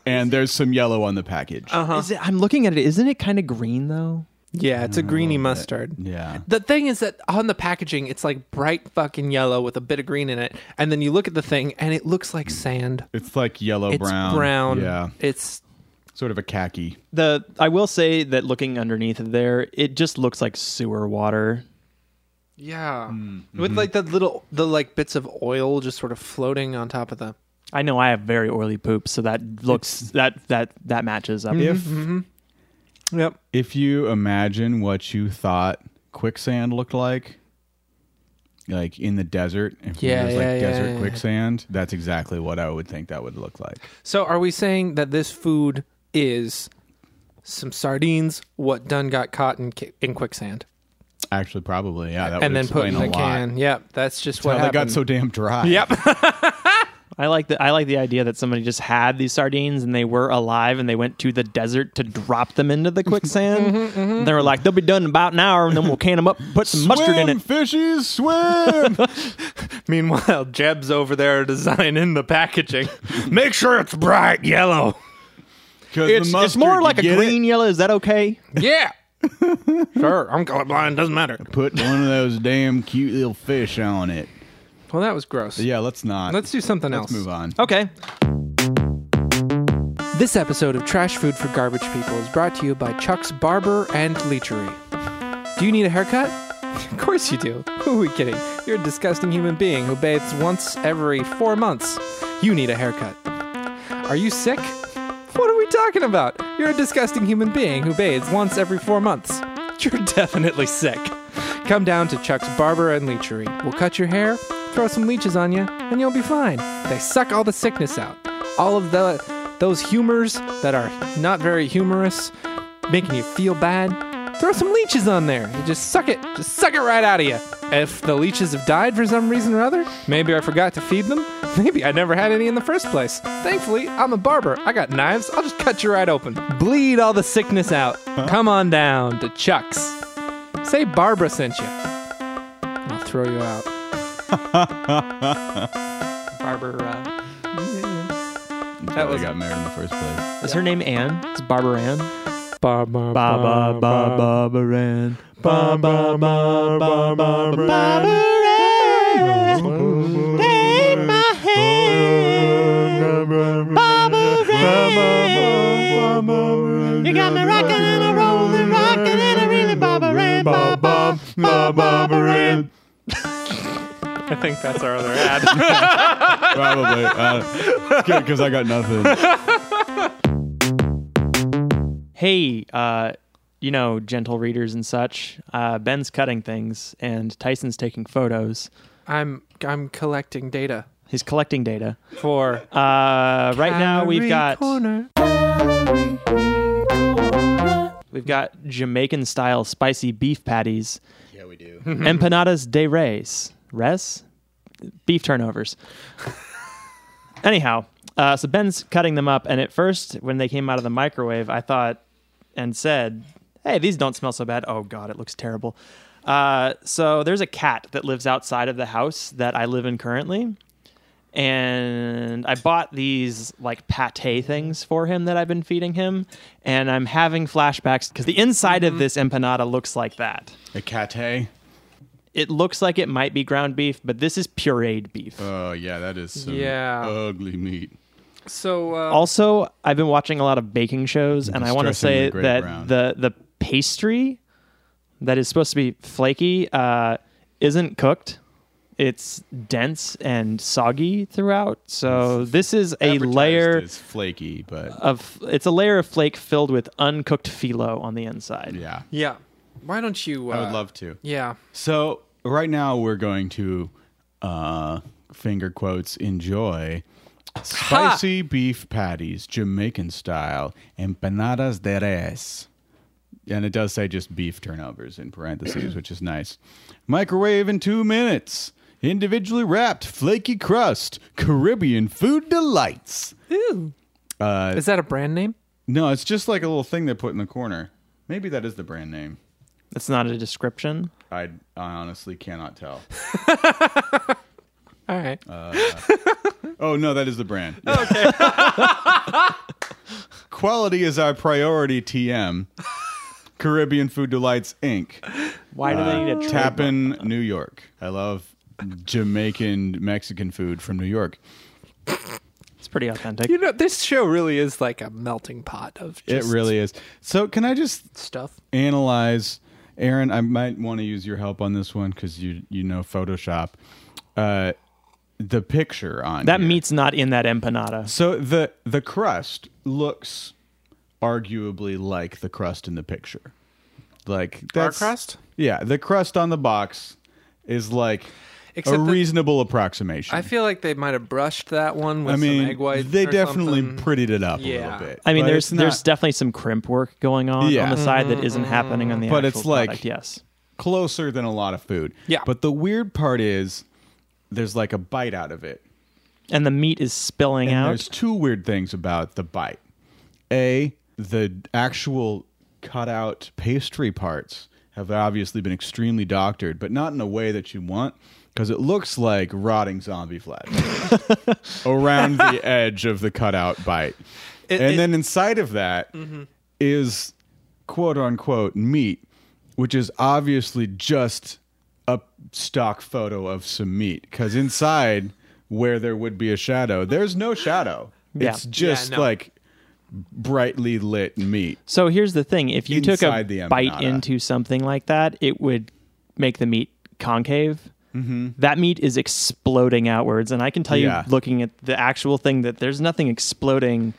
S3: and there's some yellow on the package.
S2: Uh-huh.
S4: Is it, I'm looking at it. Isn't it kind of green though?
S2: yeah, it's a greeny mustard.
S3: Yeah.
S2: The thing is that on the packaging, it's like bright fucking yellow with a bit of green in it, and then you look at the thing and it looks like sand.
S3: It's like yellow
S2: It's
S3: Oh, brown.
S2: brown.
S3: Yeah.
S2: It's
S3: Sort of a khaki.
S4: The I will say that looking underneath of there, it just looks like sewer water.
S2: yeah,
S3: Mm-hmm.
S2: with like the little the like bits of oil just sort of floating on top of the.
S4: I know I have very oily poop, so that looks that that that matches up.
S3: If
S2: Yep.
S3: if you imagine what you thought quicksand looked like, like in the desert, if
S2: Yeah,
S3: there's like
S2: yeah, yeah,
S3: desert
S2: yeah.
S3: quicksand, that's exactly what I would think that would look like.
S2: So are we saying that this food is some sardines? What Dunn got caught in, qui- in quicksand
S3: Actually, probably yeah. That
S2: and
S3: would
S2: then put
S3: explain
S2: in the
S3: a lot.
S2: can. Yep, that's just
S3: How
S2: what
S3: they got
S2: happened.
S3: so damn dry.
S2: Yep.
S4: I like the I like the idea that somebody just had these sardines and they were alive and they went to the desert to drop them into the quicksand. And they were like, they'll be done in about an hour, and then we'll can them up, put some mustard in
S3: Swim,
S4: it.
S3: fishies, swim.
S2: Meanwhile, Jeb's over there designing the packaging. Make sure it's bright yellow.
S3: 'Cause the
S4: It's, it's
S3: mustard,
S4: more
S3: you
S4: like a
S3: get it?
S4: green yellow. Is that okay?
S2: Yeah. sure, I'm colorblind. Doesn't matter.
S3: Put one of those damn cute little fish on it.
S2: Well, that was gross.
S3: Yeah, let's not.
S2: Let's do something
S3: let's
S2: else.
S3: move on.
S4: Okay.
S2: This episode of Trash Food for Garbage People is brought to you by Chuck's Barber and Leechery. Do you need a haircut? Of course you do. Who are we kidding? You're a disgusting human being who bathes once every four months. You need a haircut. Are you sick? What are we talking about? You're a disgusting human being who bathes once every four months. You're definitely sick. Come down to Chuck's Barber and Leechery. We'll cut your hair, throw some leeches on you, and you'll be fine. They suck all the sickness out. All of the those humors that are not very humorous, making you feel bad. Throw some leeches on there. You just suck it. Just suck it right out of you. If the leeches have died for some reason or other, maybe I forgot to feed them. Maybe I never had any in the first place. Thankfully, I'm a barber. I got knives. I'll just cut you right open. Bleed all the sickness out. Come on down to Chuck's. Say Barbara sent you. I'll throw you out. Barbara. Uh,
S3: That
S2: was-
S3: was got married in the first place.
S4: Is her name Anne? It's Barbara Ann.
S2: Barbara.
S4: Ba ba ba Barbara Ann. Ba ba ba ba Barbara Ann. Take my hand, Barbara Ann. You got me rocking and a rolling, rocking and a really Barbara Ann, ba ba ba Barbara Ann.
S2: I think that's our other ad.
S3: Probably. Uh, it's good because I got nothing.
S4: hey, uh, you know, gentle readers and such, uh, Ben's cutting things and Tyson's taking photos.
S2: I'm I'm collecting data
S4: He's collecting data.
S2: for
S4: Uh, right now we've got
S2: Corner.
S4: we've got Jamaican style spicy beef patties. Yeah, we do. Empanadas de res, res, beef turnovers. Anyhow, uh, so Ben's cutting them up, and at first when they came out of the microwave, I thought and said, "Hey, these don't smell so bad." Oh God, it looks terrible. Uh, so there's a cat that lives outside of the house that I live in currently. and I bought these like pate things for him that I've been feeding him, and I'm having flashbacks because the inside
S3: Mm-hmm.
S4: of this empanada looks like that.
S3: A cate.
S4: It looks like it might be ground beef, but this is pureed beef.
S3: Oh yeah, that is some
S2: Yeah.
S3: ugly meat.
S2: So uh,
S4: also, I've been watching a lot of baking shows, and I want to
S3: Distressing
S4: say
S3: the Great
S4: that
S3: Brown.
S4: the the pastry that is supposed to be flaky uh, isn't cooked. It's dense and soggy throughout. So this is a
S3: Advertised
S4: layer
S3: as flaky, but
S4: of it's a layer of flake filled with uncooked phyllo on the inside.
S3: yeah,
S2: Yeah. Why don't you? Uh,
S3: I would love to.
S2: Yeah.
S3: So right now we're going to uh finger quotes enjoy spicy beef patties, Jamaican style, empanadas de res. And it does say just beef turnovers in parentheses, which is nice. Microwave in two minutes. Individually wrapped, flaky crust, Caribbean food delights. Uh,
S2: Is that a brand name?
S3: no, it's just like a little thing they put in the corner. Maybe that is the brand name.
S4: It's not a description.
S3: I, I honestly cannot tell.
S2: All right.
S3: Uh, Oh no, that is the brand. Okay. Quality is our priority. TM. Caribbean Food Delights Inc.
S4: Why do
S3: Uh,
S4: they need a trap?
S3: Tappan, New York. I love Jamaican Mexican food from New York.
S4: It's pretty authentic.
S2: you know, this show really is like a melting pot of
S3: It
S2: just
S3: really is. So can I just
S2: stuff.
S3: analyze Aaron, I might want to use your help on this one cuz you you know Photoshop. Uh the picture on
S4: that
S3: here.
S4: meat's not in that empanada.
S3: So the the crust looks arguably like the crust in the picture. Like that's
S2: crust?
S3: Yeah, the crust on the box is like
S2: Except
S3: a
S2: that-
S3: reasonable approximation.
S2: I feel like they might have brushed that one with
S3: I mean,
S2: some egg whites.
S3: they
S2: or
S3: definitely
S2: something.
S3: prettied it up a
S2: Yeah.
S3: little bit.
S4: I mean,
S3: but
S4: there's
S3: it's not-
S4: there's definitely some crimp work going on
S3: Yeah.
S4: on the side that isn't happening on the
S3: But
S4: actual
S3: it's like-
S4: product, yes.
S3: closer than a lot of food.
S2: Yeah.
S3: But the weird part is there's like a bite out of it.
S4: And the meat is spilling
S3: And
S4: out.
S3: There's two weird things about the bite. A, the actual cutout pastry parts have obviously been extremely doctored, but not in a way that you want, because it looks like rotting zombie flesh around the edge of the cutout bite.
S2: It- it-
S3: and
S2: Mm-hmm.
S3: then inside of that is quote unquote meat, which is obviously just a stock photo of some meat because inside where there would be a shadow there's no shadow
S4: Yeah.
S3: it's just
S2: Yeah, no.
S3: like brightly lit meat
S4: So here's the thing: if you took a
S3: Inside the
S4: bite
S3: empanada.
S4: into something like that, it would make the meat concave. Mm-hmm. That meat is exploding outwards, and I can tell
S3: Yeah.
S4: you, looking at the actual thing, that there's nothing exploding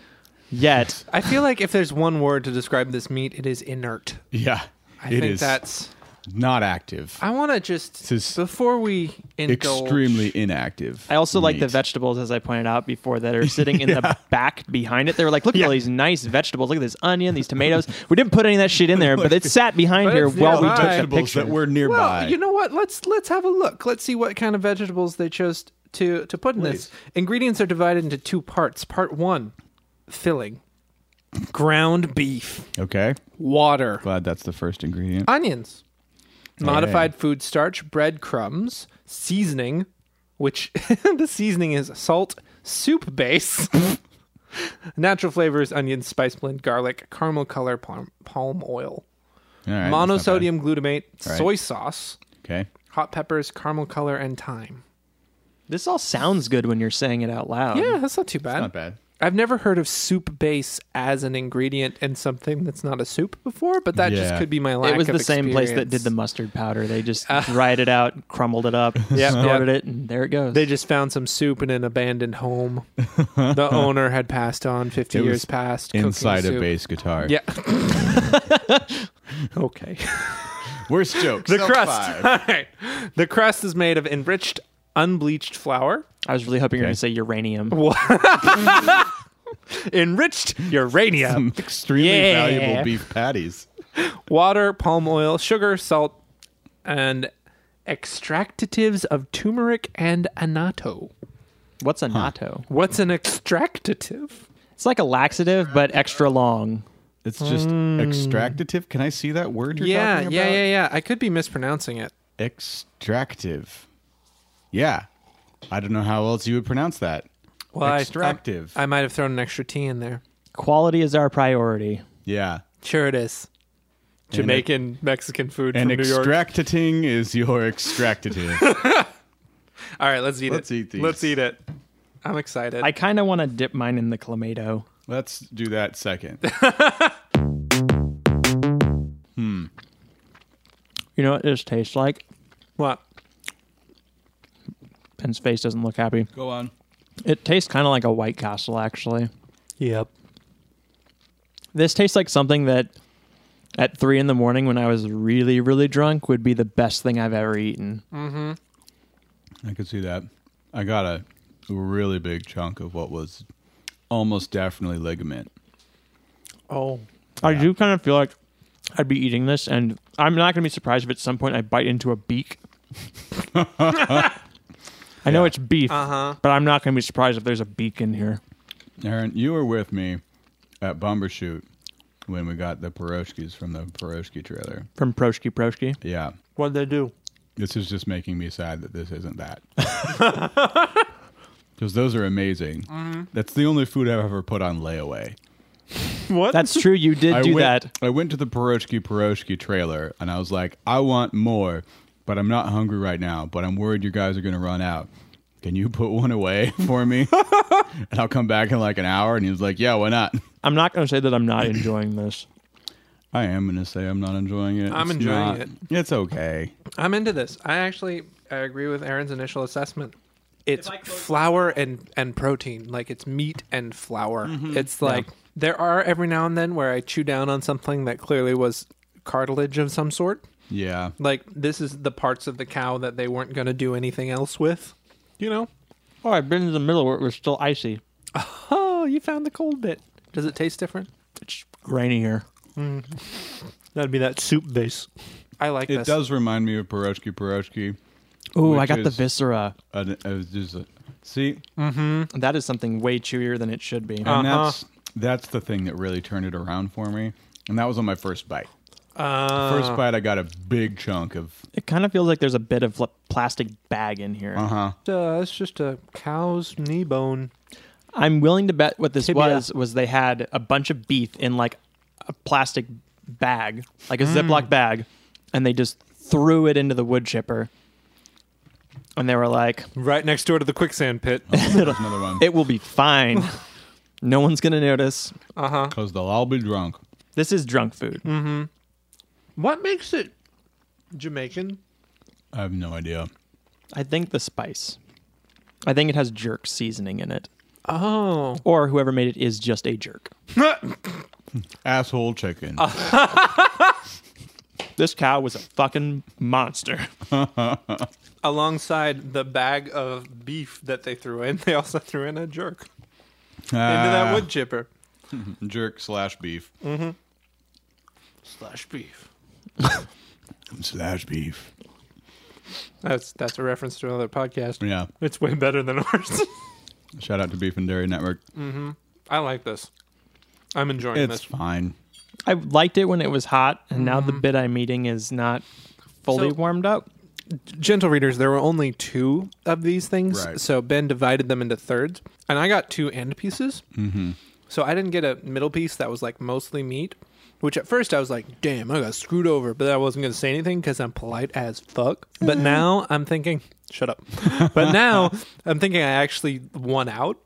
S4: yet.
S2: I feel like if there's one word to describe this meat, it is inert.
S3: yeah
S2: I
S3: it
S2: think
S3: is
S2: that's.
S3: not active
S2: I want to just
S3: is
S2: before we indulge,
S3: extremely inactive
S4: I also like the
S3: meat.
S4: vegetables, as I pointed out before, that are sitting in the back behind it. They were like, "Look at all these nice vegetables! Look at this onion, these tomatoes." We didn't put any of that shit in there, but it sat behind
S2: But
S4: here
S2: it's
S4: while we
S2: nearby.
S4: took the
S3: vegetables
S4: picture.
S3: that were nearby
S2: Well, you know what? Let's let's have a look. Let's see what kind of vegetables they chose to to put in this. Ingredients are divided into two parts. Part one, filling, ground beef,
S3: okay
S2: water,
S3: glad that's the first ingredient
S2: onions, modified food starch, breadcrumbs, seasoning, which the seasoning is salt, soup base, natural flavors, onions, spice blend, garlic, caramel color, palm, palm oil,
S3: All right, that's not
S2: monosodium glutamate,
S3: All right.
S2: soy sauce,
S3: bad. okay
S2: hot peppers, caramel color, and thyme.
S4: This all sounds good when you're saying it out loud.
S2: Yeah, that's not too bad.
S3: Um, not bad
S2: I've never heard of soup base as an ingredient in something that's not a soup before, but that just
S3: Yeah.
S2: could be my lack.
S4: It was
S2: of
S4: the same place that did the
S2: experience.
S4: mustard powder. They just dried it out, crumbled it up, snorted it, and there it goes.
S2: They just found some soup in an abandoned home. the owner had passed on. Fifty
S3: It
S2: years
S3: was
S2: passed. cooking
S3: inside a
S2: soup.
S3: bass guitar
S2: Yeah. okay.
S3: worst joke
S2: The
S3: Self
S2: crust.
S3: five.
S2: All right. The crust is made of enriched, unbleached flour,
S4: I was really hoping you were going to say uranium.
S2: enriched uranium,
S3: extremely
S2: Yeah.
S3: valuable beef patties
S2: water, palm oil, sugar, salt, and extractatives of turmeric and annatto.
S4: What's a natto?
S2: What's an extractative?
S4: It's like a laxative, but extra long.
S3: it's just extractative can i see that word you're
S2: Mm. Yeah,
S3: talking about
S2: yeah, yeah, yeah. I could be mispronouncing it.
S3: Extractive. Yeah. I don't know how else you would pronounce that.
S2: Well, I-
S3: Extractive.
S2: I, I might have thrown an extra T in there.
S4: Quality is our priority.
S3: Yeah.
S2: Sure, it is. Jamaican Mexican food
S3: And
S2: from New York.
S3: extractating is your extractative.
S2: All right, let's eat
S3: Let's
S2: it.
S3: eat these.
S2: Let's eat it. I'm excited.
S4: I kind of want to dip mine in the clamato.
S3: Let's do that second.
S4: You know what this tastes like?
S2: what?
S4: and his face doesn't look happy.
S3: Go on.
S4: It tastes kind of like a White Castle, actually.
S2: Yep.
S4: This tastes like something that at three in the morning when I was really, really drunk would be the best thing I've ever eaten.
S3: I could see that. I got a really big chunk of what was almost definitely ligament.
S2: Oh.
S4: I do kind of feel like I'd be eating this, and I'm not going to be surprised if at some point I bite into a beak. I know it's beef,
S2: Uh-huh.
S4: but I'm not going to be surprised if there's a beak in here.
S3: Aaron, you were with me at Bumbershoot when we got the pierogies from the pierogi trailer.
S4: From Proshki Proshki.
S3: Yeah.
S2: What'd they do?
S3: This is just making me sad that this isn't that. Because those are amazing.
S4: Mm-hmm.
S3: That's the only food I've ever put on layaway.
S2: What?
S4: That's true. You did
S3: I
S4: do
S3: went,
S4: that.
S3: I went to the pierogi pierogi trailer and I was like, I want more, but I'm not hungry right now. But I'm worried you guys are going to run out. Can you put one away for me? and I'll come back in like an hour. And he was like, Yeah, why not?
S4: I'm not going to say that I'm not enjoying this.
S3: I am going to say I'm not enjoying it.
S2: I'm
S3: It's
S2: enjoying
S3: not-
S2: it.
S3: It's okay.
S2: I'm into this. I actually I agree with Aaron's initial assessment. It's flour and and protein, like it's meat and flour. It's like there are every now and then where I chew down on something that clearly was cartilage of some sort.
S3: Yeah.
S2: Like this is the parts of the cow that they weren't going to do anything else with, you know?
S4: Oh, I've been in the middle where it was still icy.
S2: Oh, you found the cold bit. Does it taste different?
S4: It's rainy here.
S2: That'd be that soup base. I like
S3: It
S2: this.
S3: does remind me of pierogi pierogi.
S4: Oh, I
S3: Which
S4: got the
S3: is-
S4: viscera.
S3: And it was just uh, a- see,
S4: That is something way chewier than it should be.
S3: and
S2: Uh-huh.
S3: that's that's the thing that really turned it around for me. And that was on my first bite.
S2: Uh,
S3: First bite, I got a big chunk of
S4: It kind of feels like there's a bit of like, plastic bag in here.
S3: uh-huh.
S2: uh, it's just a cow's knee bone.
S4: I'm willing to bet what this
S2: Tibia.
S4: was was they had a bunch of beef in like a plastic bag, like a Ziploc bag, and they just threw it into the wood chipper. And they were like,
S2: Right next door to the quicksand pit.
S3: there's another one
S4: "It will be fine. no one's gonna notice.
S2: Uh-huh.
S3: because they'll all be drunk.
S4: This is drunk food."
S2: What makes it Jamaican?
S3: I have no idea.
S4: I think the spice. I think it has jerk seasoning in it,
S2: Oh.
S4: or whoever made it is just a jerk.
S3: Asshole chicken.
S2: Uh,
S4: This cow was a fucking monster.
S2: Alongside the bag of beef that they threw in, they also threw in a jerk into
S3: Ah,
S2: that wood Mm-hmm. chipper.
S3: jerk slash beef
S2: Slash beef.
S3: slash beef.
S2: That's that's a reference to another podcast.
S3: Yeah.
S2: It's way better than ours.
S3: Shout out to Beef and Dairy Network.
S2: Mm, I like this. I'm enjoying
S3: It's
S2: this.
S3: fine.
S4: I liked it when it was hot, and now the bit I'm eating is not fully
S2: So-
S4: warmed up.
S2: Gentle readers, there were only two of these things,
S3: Right.
S2: so Ben divided them into thirds, and I got two end pieces. Mm-hmm. So I didn't get a middle piece that was like mostly meat, which at first I was like, "Damn, I got screwed over," but I wasn't going to say anything because I'm polite as fuck. But
S3: Mm.
S2: now I'm thinking, shut up. But now I'm thinking I actually won out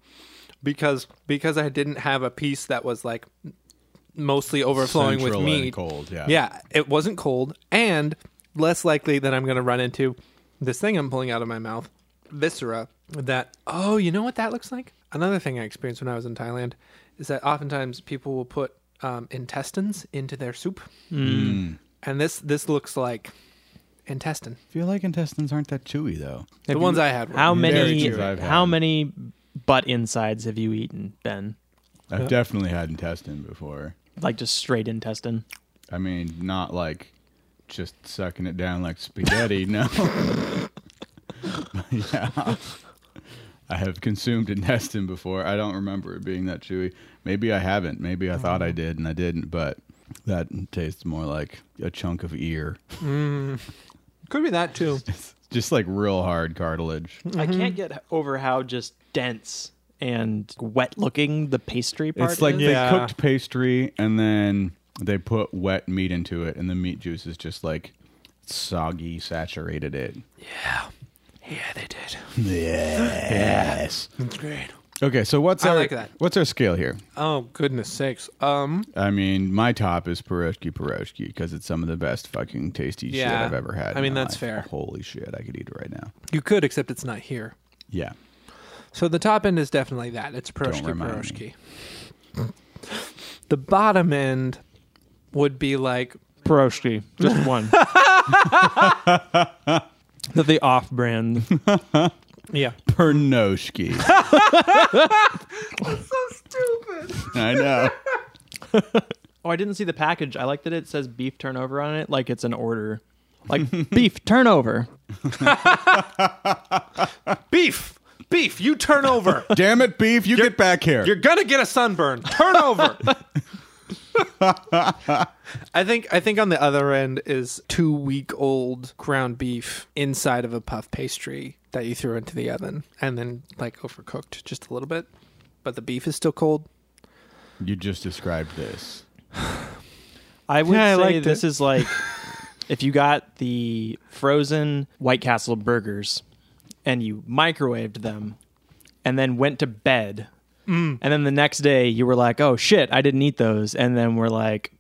S2: because because I didn't have a piece that was like mostly overflowing
S3: Central
S2: with
S3: and
S2: meat.
S3: cold, yeah.
S2: yeah, it wasn't cold, and less likely that I'm going to run into this thing I'm pulling out of my mouth, viscera. That oh, you know what that looks like? Another thing I experienced when I was in Thailand is that oftentimes people will put um, intestines into their soup, Hmm. and this this looks like intestine.
S3: I feel like intestines aren't that chewy though.
S2: the
S4: Have
S2: ones
S4: you-
S2: I had. Were
S4: How
S3: Very
S4: many?
S3: chewy. I've had.
S4: How many butt insides have you eaten, Ben?
S3: I've definitely had intestine before.
S4: Like just straight intestine.
S3: I mean, not like just sucking it down like spaghetti. no. But yeah. I have consumed intestine before. I don't remember it being that chewy. Maybe I haven't. Maybe I thought I did and I didn't, but that tastes more like a chunk of ear.
S2: Could be that too.
S3: just like real hard cartilage.
S4: I can't get over how just dense and wet looking the pastry part
S3: It's like
S4: is.
S3: they
S2: Yeah.
S3: cooked pastry and then they put wet meat into it and the meat juice is just like soggy saturated it.
S2: Yeah, they did.
S3: Yes.
S2: That's great.
S3: Okay, so what's
S2: I
S3: our
S2: like that.
S3: what's our scale here?
S2: Oh goodness sakes. Um.
S3: I mean, my top is pierogi pierogi because it's some of the best fucking tasty shit
S2: Yeah.
S3: I've ever had.
S2: I
S3: in
S2: mean,
S3: my
S2: that's
S3: life.
S2: fair.
S3: Holy shit, I could eat it right now.
S2: You could, except it's not here.
S3: Yeah.
S2: So the top end is definitely that. It's
S3: Don't
S2: pierogi
S3: remind
S2: pierogi. The bottom end would be like
S4: Pierogi, just one. the, the off brand.
S2: yeah.
S3: Pernoshki. That's so stupid. I know.
S4: Oh, I didn't see the package. I like that it says beef turnover on it, like it's an order. Like beef turnover.
S2: Beef. Beef, you turn over.
S3: Damn it, beef! You get back here.
S2: You're gonna get a sunburn. Turn over. I think I think on the other end is two week old ground beef inside of a puff pastry that you threw into the oven and then like overcooked just a little bit, but the beef is still cold.
S3: You just described this.
S4: I would
S2: Yeah, I
S4: say
S2: liked
S4: this
S2: it.
S4: is like if you got the frozen White Castle burgers and you microwaved them and then went to bed.
S2: Mm.
S4: And then the next day you were like, oh shit, I didn't eat those. And then we're like,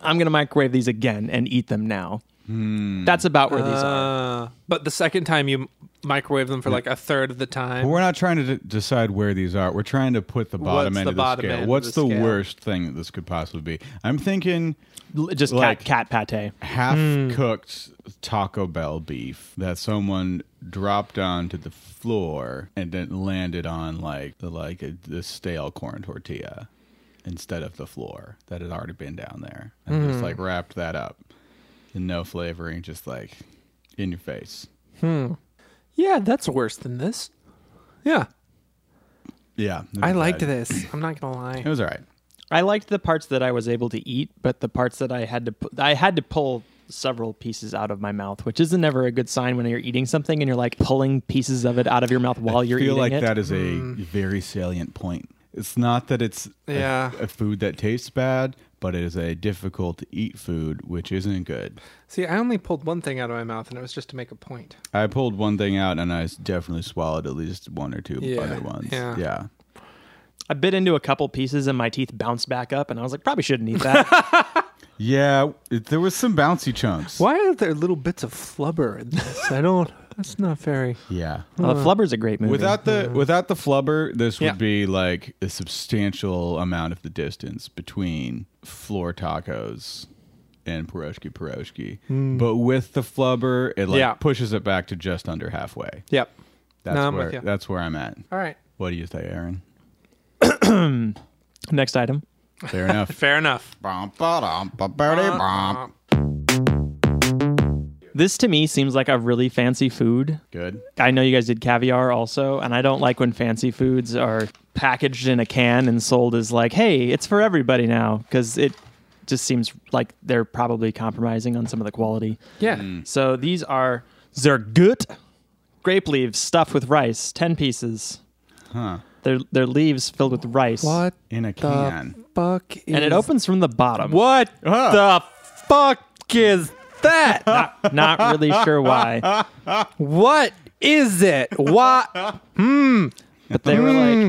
S4: I'm going to microwave these again and eat them now. That's about where these are.
S2: Uh, but the second time you microwave them for like a third of the time.
S3: We're not trying to d- decide where these are. We're trying to put the bottom
S2: What's
S3: end
S2: the
S3: of the
S2: bottom
S3: scale.
S2: end of
S3: What's
S2: the
S3: the,
S2: scale?
S3: worst thing that this could possibly be? I'm thinking
S4: L- Just
S3: Like-
S4: cat, cat pate.
S3: half
S2: Hmm.
S3: cooked Taco Bell beef that someone dropped onto the floor and then landed on like the like a, the stale corn tortilla instead of the floor that had already been down there and
S2: Hmm.
S3: just like wrapped that up and no flavoring, just like in your face.
S2: Yeah, that's worse than this. Yeah,
S3: Yeah,
S2: Mm, I liked
S3: that.
S2: this. I'm not gonna lie.
S3: It was all right.
S4: I liked the parts that I was able to eat, but the parts that I had to pu- I had to pull several pieces out of my mouth, which isn't ever a good sign when you're eating something and you're like pulling pieces of it out of your mouth while you're
S3: I feel
S4: eating
S3: like
S4: it.
S3: that is
S2: Hmm.
S3: a very salient point. It's not that it's a-
S2: Yeah.
S3: a, food that tastes bad, but it is a difficult to eat food, which isn't good.
S2: See, I only pulled one thing out of my mouth, and it was just to make a point.
S3: I pulled one thing out and I s- definitely swallowed at least one or two
S2: Yeah.
S3: other ones.
S2: Yeah.
S4: I bit into a couple pieces and my teeth bounced back up, and I was like, probably shouldn't eat that.
S3: Yeah, it- there was some bouncy chunks.
S2: Why are there little bits of flubber in this? I don't. That's not very.
S3: Yeah.
S4: well, Uh, Flubber's a great movie.
S3: Without the without the flubber, this would
S2: Yeah.
S3: be like a substantial amount of the distance between floor tacos and pierogi pierogi. But with the flubber, it like
S2: Hmm. Yeah.
S3: pushes it back to just under halfway.
S2: Yep.
S3: That's
S2: No, I'm
S3: where
S2: with you.
S3: that's where I'm at.
S2: All right.
S3: What do you say, Aaron?
S4: Next item.
S3: Fair enough.
S2: Fair enough. Uh,
S3: Bum, ba-dum, ba-ba-dee, bum.
S4: This to me seems like a really fancy food.
S3: Good.
S4: I know you guys did caviar also, and I don't like when fancy foods are packaged in a can and sold as like, hey, it's for everybody now, because it just seems like they're probably compromising on some of the quality.
S2: Yeah.
S3: Hmm.
S4: So these are zergut grape leaves stuffed with rice, 10 pieces.
S3: Huh.
S4: They're, they're leaves filled with rice.
S2: What
S3: In a
S2: the
S3: can.
S2: fuck? Is...
S4: And it opens from the bottom.
S2: What the fuck is that?
S4: Not, not really sure why,
S2: what is it? What?
S4: but they were
S2: Hmm.
S4: like,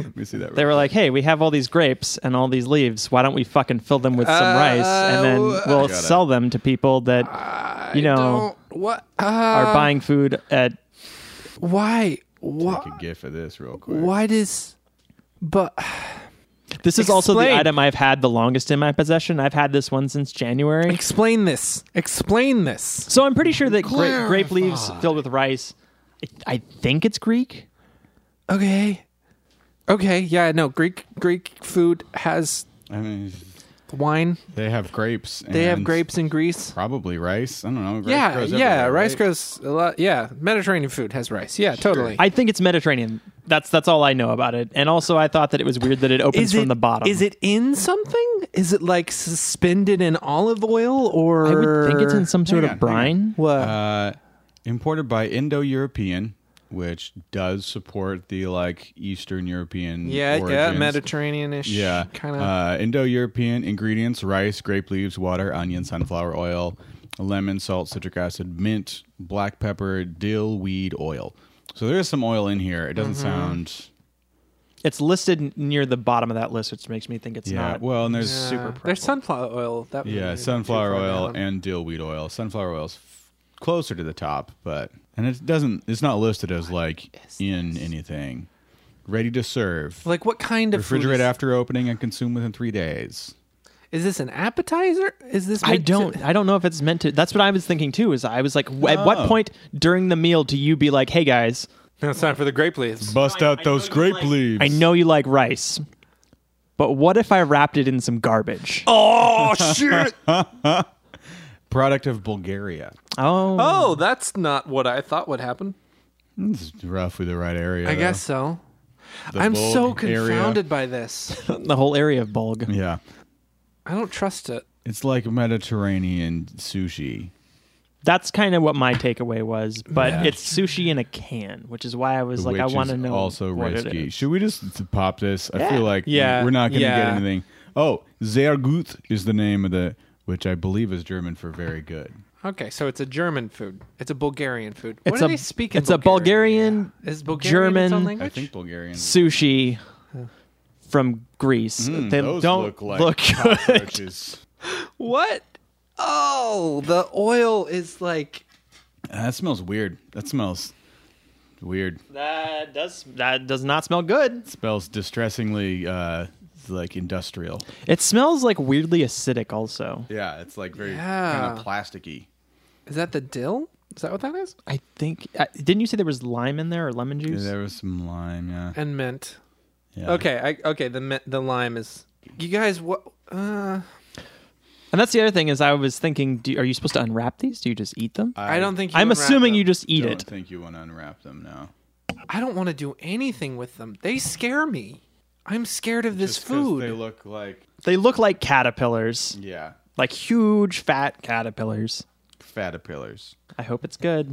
S3: Let me see that.
S4: they were like, "Hey, we have all these grapes and all these leaves. Why don't we fucking fill them with some rice and then we'll
S3: Gotta-
S4: sell them to people that you know
S2: What?
S4: are
S2: Uh,
S4: buying food at
S2: why?
S3: Take
S2: Why?
S3: a gif of this real quick.
S2: Why does? But
S4: This is also the
S2: Explain.
S4: item I've had the longest in my possession. I've had this one since January.
S2: explain this. Explain this.
S4: So I'm pretty sure that gra- grape leaves filled with rice I I think it's Greek.
S2: Okay. Okay. Yeah. No. Greek Greek food has
S3: I mean,
S2: wine.
S3: they have grapes.
S2: They have
S3: and
S2: grapes in Greece.
S3: Probably rice. I don't know. Rice
S2: yeah,
S3: grows
S2: yeah,
S3: everywhere,
S2: rice
S3: right?
S2: grows a lot. Yeah, Mediterranean food has rice. Yeah, totally.
S4: I think it's Mediterranean. That's that's all I know about it. And also I thought that it was weird that it opens from the bottom.
S2: Is it in something? Is it like suspended in olive oil or?
S4: I would think it's in some sort
S3: Hang
S4: of
S3: on, hang on.
S4: brine.
S2: What?
S3: Uh, imported by Indo-European, which does support the like Eastern European.
S2: yeah, yeah,
S3: origins.
S2: Mediterranean-ish.
S3: Yeah,
S2: kind of.
S3: uh, Indo-European ingredients: rice, grape leaves, water, onion, sunflower oil, lemon, salt, citric acid, mint, black pepper, dill, weed oil. So there is some oil in here. It doesn't
S2: Mm-hmm.
S3: sound.
S4: It's listed n- near the bottom of that list, which makes me think it's
S3: Yeah.
S4: not.
S3: well, and there's
S2: Yeah.
S4: super
S2: There's
S4: prevalent.
S2: sunflower oil. That
S3: Yeah,
S2: wouldn't be too
S3: sunflower
S2: far
S3: oil
S2: down.
S3: and dill weed oil. Sunflower oil's f- closer to the top, but and it doesn't. It's not listed as like in anything. Ready to serve.
S2: Like what kind of food
S3: Refrigerate
S2: is,
S3: after opening and consume within three days.
S2: is this an appetizer? Is this
S4: I
S2: meant to-
S4: don't. I don't know if it's meant to. That's what I was thinking too. Is I was like, w at
S3: No.
S4: what point during the meal do you be like, hey guys,
S2: No, it's time for the grape leaves.
S3: Bust out those grape leaves.
S4: I know you like rice, but what if I wrapped it in some garbage? Oh,
S3: Product of Bulgaria.
S2: Oh, that's not what I thought would happen.
S3: This is roughly the right area.
S2: I
S3: though.
S2: guess so.
S3: The
S2: I'm so
S3: Bulg area.
S2: confounded by this.
S4: the whole area of bulg.
S3: Yeah,
S2: I don't trust it.
S3: it's like Mediterranean sushi.
S4: That's kind of what my takeaway was. But it's sushi in a can, which is why I was like,
S3: which
S4: I want to
S3: is
S4: know.
S3: Also
S4: what it
S3: risky.
S4: is.
S3: Should we just pop this? I
S4: Yeah.
S3: feel like
S2: Yeah.
S3: we're not going to
S2: Yeah.
S3: get anything. Oh, sehr gut is the name of the, which I believe is German for very good.
S2: Okay, so it's a German food. It's a Bulgarian food. What
S4: It's
S2: do
S4: a-
S2: they speak in
S4: it's a Bulgarian,
S2: Yeah. Is Bulgarian its own
S4: German-
S2: language?
S3: I think Bulgarian.
S4: Sushi from Greece. they
S3: Hmm, Those
S4: don't
S3: look like
S4: good.
S3: cockroaches.
S2: What? Oh, the oil is like
S3: Ah, that smells weird. That smells weird.
S4: that does that does not smell good.
S3: smells distressingly uh, like industrial.
S4: It smells like weirdly acidic. Also,
S3: Yeah, it's like very
S2: Yeah.
S3: kind of plasticky.
S2: Is that the dill? Is that what that is?
S4: I think uh, didn't you say there was lime in there or lemon juice?
S3: There was some lime. Yeah.
S2: And mint.
S4: Uh.
S3: yeah.
S2: Okay, I, okay. The mi- the lime is. You guys, what? Uh,
S4: And that's the other thing is I was thinking, do, are you supposed to unwrap these? Do you just eat them?
S2: I don't think. You
S4: I'm
S2: unwrap
S4: assuming
S2: them.
S4: you just eat
S3: don't
S4: it.
S3: think you want to unwrap them now.
S2: I don't want to do anything with them. They scare me. I'm scared of this
S3: Just 'cause
S2: food.
S3: They look like
S4: They look like caterpillars,
S3: yeah,
S4: like huge fat caterpillars.
S3: caterpillars.
S4: I hope it's good.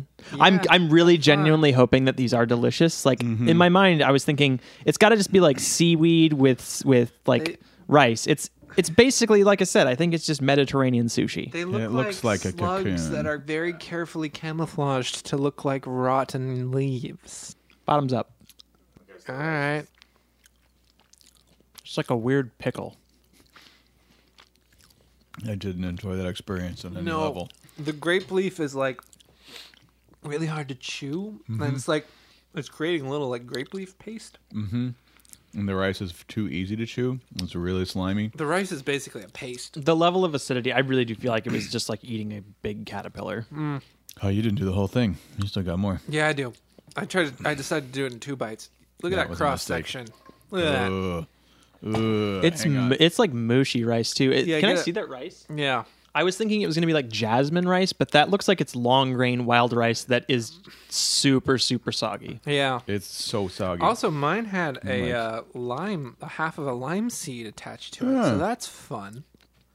S4: I'm
S2: Yeah.
S4: I'm really genuinely hoping that these are delicious. Like in my mind, I was thinking it's got to just be like seaweed with with like
S2: They-
S4: rice. It's it's basically like I said. I think it's just Mediterranean sushi.
S2: They look
S3: it looks
S2: like,
S3: like a
S2: slugs
S3: cocoon.
S2: that are very carefully camouflaged to look like rotten leaves.
S4: Bottoms up.
S2: All right.
S4: It's like a weird pickle.
S3: I didn't enjoy that experience on any
S2: no,
S3: level.
S2: the grape leaf is like really hard to chew, and
S3: Mm-hmm.
S2: it's like it's creating a little like grape leaf paste.
S3: And the rice is too easy to chew. It's really slimy.
S2: The rice is basically a paste.
S4: The level of acidity, I really do feel like it was just like eating a big caterpillar.
S3: Oh, you didn't do the whole thing. You still got more.
S2: Yeah, I do. I tried. To, I decided to do it in two bites. Look at
S3: That
S2: that,
S3: was a
S2: cross
S3: mistake.
S2: section. Look at that.
S3: Ugh. Ugh.
S4: It's
S3: Hang on.
S4: m- it's like mushy rice too. It-
S2: Yeah,
S4: can I
S2: get it.
S4: see that rice?
S2: Yeah.
S4: I was thinking it was gonna be like jasmine rice, but that looks like it's long grain wild rice that is super super soggy.
S2: Yeah.
S3: It's so soggy.
S2: Also, mine had a uh, lime, a half of a lime seed attached to it, so
S3: Hmm.
S2: that's fun.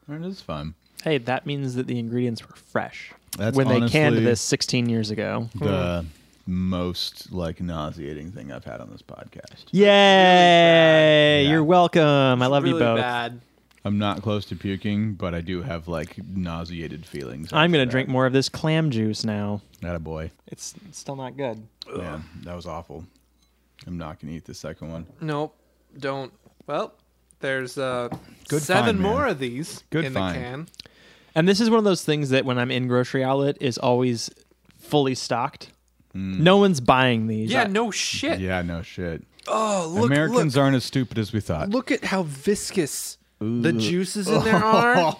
S3: it is fun.
S4: Hey, that means that the ingredients were fresh
S3: That's
S4: when they canned
S3: honestly-
S4: this 16 years ago.
S3: The most like nauseating thing I've had on this podcast.
S4: Yay!
S3: Yeah.
S4: You're welcome. I love
S2: really
S4: you both.
S2: bad.
S3: I'm not close to puking, but I do have like nauseated feelings.
S4: I'm gonna
S3: after
S4: drink
S3: that.
S4: more of this clam juice now.
S3: That a boy.
S4: It's still not good.
S3: Man, that was awful. I'm not gonna eat the second one.
S2: Nope, don't. Well, there's uh,
S3: Good
S2: seven
S3: find, man.
S2: more of these
S3: Good
S2: in
S3: find.
S2: the can.
S4: And this is one of those things that when I'm in grocery outlet is always fully stocked. No one's buying these.
S2: Yeah,
S4: I-
S2: no shit.
S3: Yeah, no shit.
S2: Oh, look,
S3: Americans
S2: look,
S3: aren't as stupid as we thought.
S2: look at how viscous the juices in there are.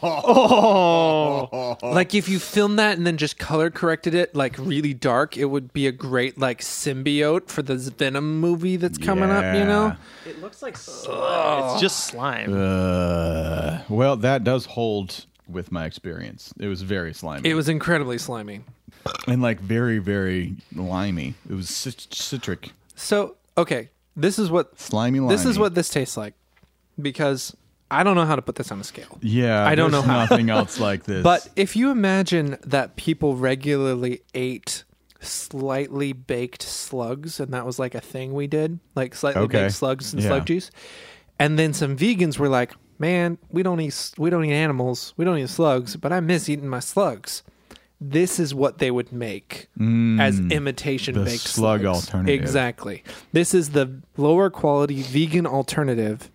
S3: Oh.
S2: Like if you film that and then just color corrected it like really dark, it would be a great like symbiote for the Venom movie that's coming up. You know?
S4: It looks like slime. It's just slime.
S3: Uh, well, that does hold with my experience. It was very slimy.
S2: It was incredibly slimy.
S3: and like very, very limey. It was cit- citric,
S2: So okay, this is what
S3: slimy. Limey.
S2: this is what this tastes like because I don't know how to put this on a scale.
S3: Yeah,
S2: I don't
S3: there's
S2: know how.
S3: nothing else like this.
S2: But if you imagine that people regularly ate slightly baked slugs, and that was like a thing we did, like slightly
S3: Okay.
S2: baked slugs and
S3: Yeah.
S2: slug juice, and then some vegans were like, "Man, we don't eat we don't eat animals, we don't eat slugs, but I miss eating my slugs." This is what they would make as imitation
S3: Mm. the
S2: baked
S3: slug
S2: slugs.
S3: alternative.
S2: Exactly. This is the lower quality vegan alternative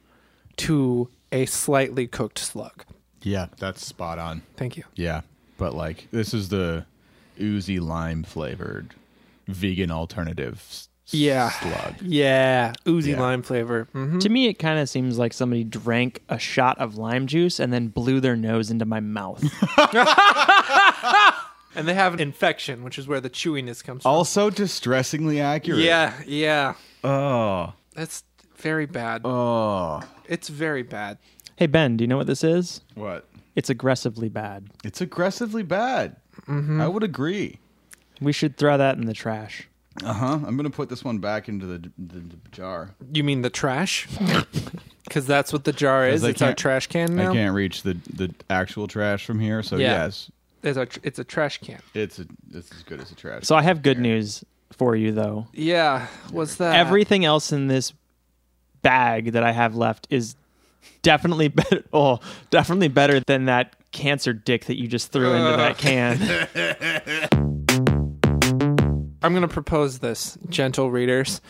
S2: to a slightly cooked slug.
S3: yeah, that's spot on.
S2: Thank you.
S3: Yeah, but like this is the oozy lime flavored vegan alternative s-
S2: Yeah.
S3: slug.
S2: Yeah, oozy
S3: Yeah.
S2: lime flavor. hmm
S4: To me, it kind of seems like somebody drank a shot of lime juice and then blew their nose into my mouth.
S2: And they have an infection, which is where the chewiness comes from.
S3: Also distressingly accurate.
S2: yeah, yeah.
S3: Oh.
S2: That's very bad.
S3: Oh.
S2: It's very bad.
S4: hey, Ben, do you know what this is?
S3: What?
S4: It's aggressively bad.
S3: It's aggressively bad.
S2: Mm-hmm.
S3: I would agree.
S4: We should throw that in the trash.
S3: Uh huh. I'm gonna put this one back into the the, the jar.
S2: You mean the trash? Because that's what the jar
S3: 'Cause
S2: is.
S3: I
S2: It's our
S3: can't-
S2: trash can now.
S3: I can't reach the the actual trash from here, so
S2: Yeah.
S3: yes,
S2: It's, our tr- it's a trash can.
S3: it's a, it's as good as a trash.
S4: So I have good news for you, though.
S2: Yeah. What's that?
S4: Everything else in this bag that I have left is definitely better. Oh, definitely better than that cancer dick that you just threw into that can.
S2: I'm going to propose this, gentle readers.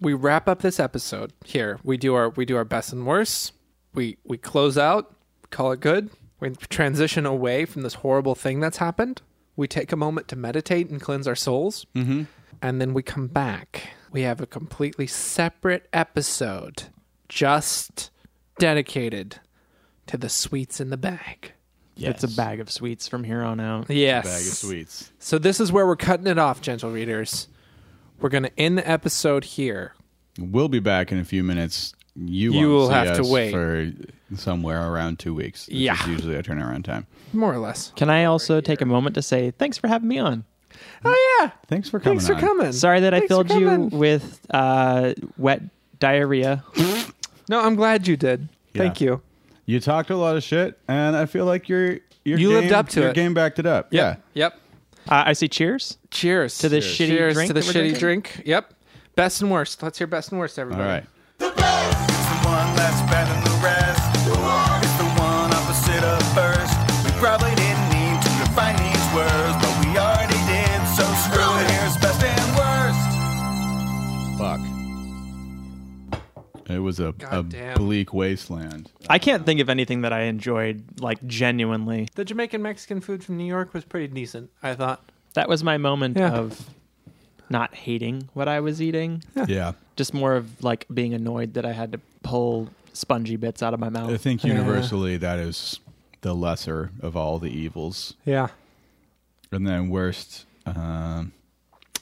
S2: We wrap up this episode here. We do our we do our best and worst. We we close out, call it good. We transition away from this horrible thing that's happened. We take a moment to meditate and cleanse our souls, mm-hmm. and then we come back. We have a completely separate episode, just dedicated to the sweets in the bag.
S4: It's a bag of sweets from here on out.
S2: Yes,
S3: bag of sweets.
S2: So this is where we're cutting it off, gentle readers. We're going to end the episode here.
S3: We'll be back in a few minutes. You,
S2: You
S3: won't
S2: will
S3: see
S2: have to
S3: us
S2: wait.
S3: for somewhere around two weeks. which
S2: Yeah.
S3: is usually our turnaround time.
S2: More or less.
S4: Can I also take a moment to say thanks for having me on?
S2: Oh yeah.
S3: Thanks for coming.
S2: Thanks for
S3: on.
S2: coming.
S4: Sorry that I
S2: Thanks for
S4: filled you
S2: coming.
S4: with uh, wet diarrhea. Uh,
S2: No, I'm glad you did.
S3: Yeah.
S2: Thank you.
S3: You talked a lot of shit, and I feel like your your
S2: You
S3: game,
S2: lived up to
S3: your
S2: it.
S3: game backed it up. Yeah.
S2: Yep.
S4: Uh, I say cheers.
S2: Cheers
S4: To this shitty
S2: Cheers
S4: drink
S2: to the
S4: that we're
S2: shitty
S4: drinking?
S2: drink. Yep. Best and worst. Let's hear best and worst, everybody.
S3: All right.
S6: one that's better than the rest. It's the one opposite of first. We probably didn't need to define these words, but we already did, so screw it. Here's best and worst.
S3: Fuck. It was a, a
S2: Goddamn.
S3: bleak wasteland.
S4: I can't think of anything that I enjoyed like genuinely.
S2: The Jamaican Mexican food from New York was pretty decent, I thought.
S4: That was my moment
S2: Yeah.
S4: of not hating what I was eating,
S3: Yeah.
S4: just more of like being annoyed that I had to pull spongy bits out of my mouth.
S2: Oh,
S3: I think universally that is the lesser of all the evils.
S2: Yeah.
S3: And then worst, um,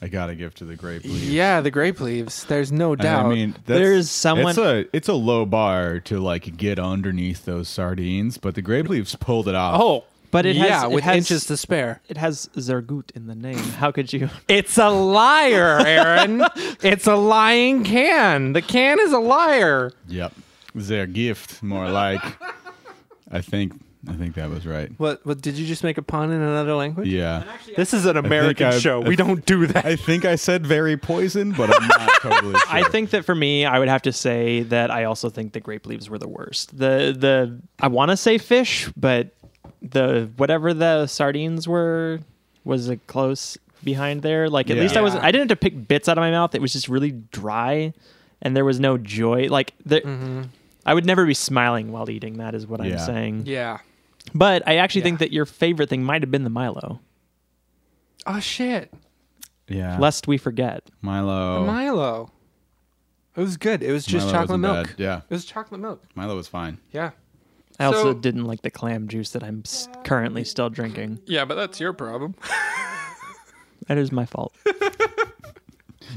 S3: I gotta give to the grape leaf.
S2: Yeah, the grape leaves. There's no
S3: And
S2: doubt.
S3: I mean, that's-
S4: There's someone-
S3: It's a it's a low bar to like get underneath those sardines, but the grape leaves pulled it off.
S2: oh,
S4: But it has-
S2: yeah,
S4: it
S2: with
S4: has-
S2: inches to spare.
S4: it has Zergut in the name. How could you?
S2: It's a liar, Aaron. it's a lying can. The can is a liar.
S3: Yep, their gift more like. I think I think that was right.
S2: What? What? Did you just make a pun in another language?
S3: Yeah,
S2: This is an American
S3: I-
S2: show.
S3: I-
S2: we don't do that.
S3: I think I said very poison, but I'm not totally. Sure.
S4: I think that for me, I would have to say that I also think the grape leaves were the worst. The the I want to say fish, but the whatever the sardines were was a close behind there. Like at
S3: Yeah.
S4: least I wasn't.
S2: Yeah.
S4: I didn't have to pick bits out of my mouth. It was just really dry, and there was no joy. Like there, I would never be smiling while eating. That is what I'm
S3: Yeah.
S4: saying.
S2: Mm-hmm. yeah.
S4: But I actually
S2: Yeah.
S4: think that your favorite thing might have been the Milo.
S2: Oh shit.
S3: yeah,
S4: Lest we forget.
S3: Milo.
S2: Milo. It was good. It was just
S3: Oh. Milo
S2: chocolate
S3: wasn't
S2: milk.
S3: bad. Yeah.
S2: It was chocolate milk.
S3: Milo was fine.
S2: Yeah.
S4: I
S2: So-
S4: also didn't like the clam juice that I'm s- currently still drinking.
S2: Yeah, but that's your problem.
S4: That is my fault.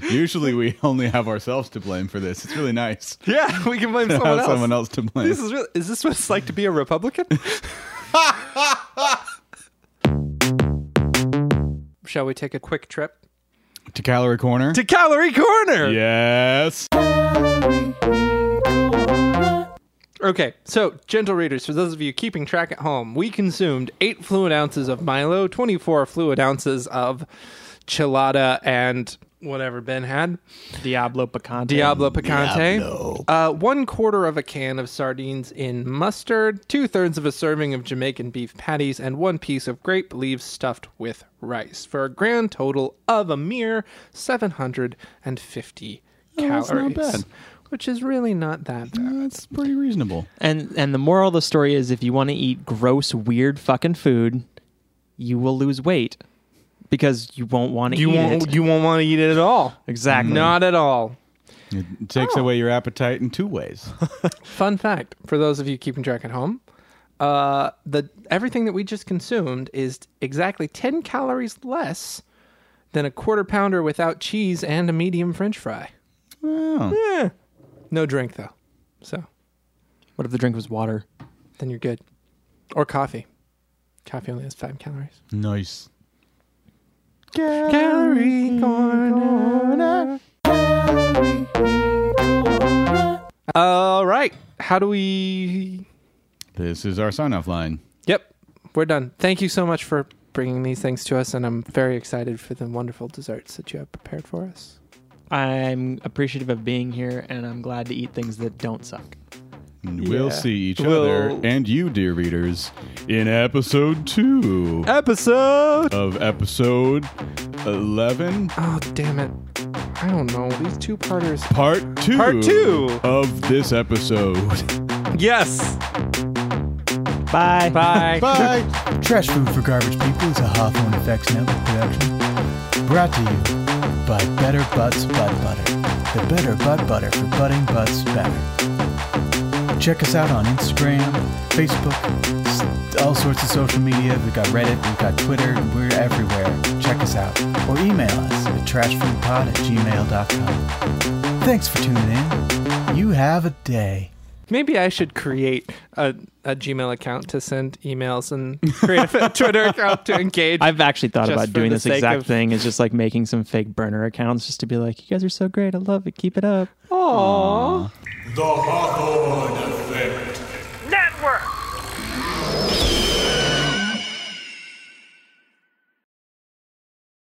S3: Usually we only have ourselves to blame for this. It's really nice.
S2: yeah, we can blame
S3: to
S2: someone
S3: have
S2: else.
S3: someone else to blame.
S2: This is really, is this what it's like to be a Republican? Shall we take a quick trip
S3: to calorie corner.
S2: to Calorie Corner?
S3: yes.
S2: Okay, so gentle readers, for those of you keeping track at home, we consumed eight fluid ounces of Milo, 24 fluid ounces of chilada, and whatever Ben had
S4: Diablo Picante.
S2: Diablo Picante, Uh, one quarter of a can of sardines in mustard, two thirds of a serving of Jamaican beef patties, and one piece of grape leaves stuffed with rice for a grand total of a mere 750 calories.
S3: Oh, that's not bad.
S2: Which is really not that bad.
S3: That's pretty reasonable.
S4: And and the moral of the story is if you want to eat gross, weird fucking food, you will lose weight. because you won't want to
S2: You
S4: eat
S2: won't.
S4: it. Mm-hmm.
S2: You won't want to eat it at all.
S4: exactly.
S2: Not at all.
S3: It takes
S2: Oh.
S3: away your appetite in two ways.
S2: Fun fact for those of you keeping track at home: uh, the everything that we just consumed is exactly ten calories less than a quarter pounder without cheese and a medium French fry.
S3: Oh.
S2: Yeah. No drink though, so
S4: What if the drink was water?
S2: then you're good. Or coffee. Coffee only has five calories.
S3: Nice.
S2: Gallery Corner. All right. How do we?
S3: This is our sign off line.
S2: Yep, we're done. Thank you so much for bringing these things to us, and I'm very excited for the wonderful desserts that you have prepared for us.
S4: I'm appreciative of being here, and I'm glad to eat things that don't suck.
S3: And We'll
S2: Yeah.
S3: see each
S2: We'll-
S3: other and you, dear readers, in episode two
S2: Episode.
S3: of episode 11,
S2: Oh damn it! I don't know these two parters.
S3: part two,
S2: Part two.
S3: of this episode.
S2: Yes.
S4: Bye. Bye.
S3: Bye.
S7: Trash Food for Garbage People is a Hawthorne Effects Network production. Brought to you by Better Butts Butt Butter. The better butt butter for butting butts better. Check us out on Instagram, Facebook, s- all sorts of social media. We've got Reddit, we've got Twitter, we're everywhere. Check us out. Or email us at trashfoodpod at gmail.com. Thanks for tuning in. You have a day.
S2: Maybe I should create a, a Gmail account to send emails and create a Twitter account to engage.
S4: I've actually thought
S2: Just
S4: about
S2: for
S4: doing
S2: the
S4: this
S2: sake
S4: exact
S2: of-
S4: thing. Is just like making some fake burner accounts just to be like, you guys are so great. I love it. Keep it up.
S2: Aww.
S8: Network.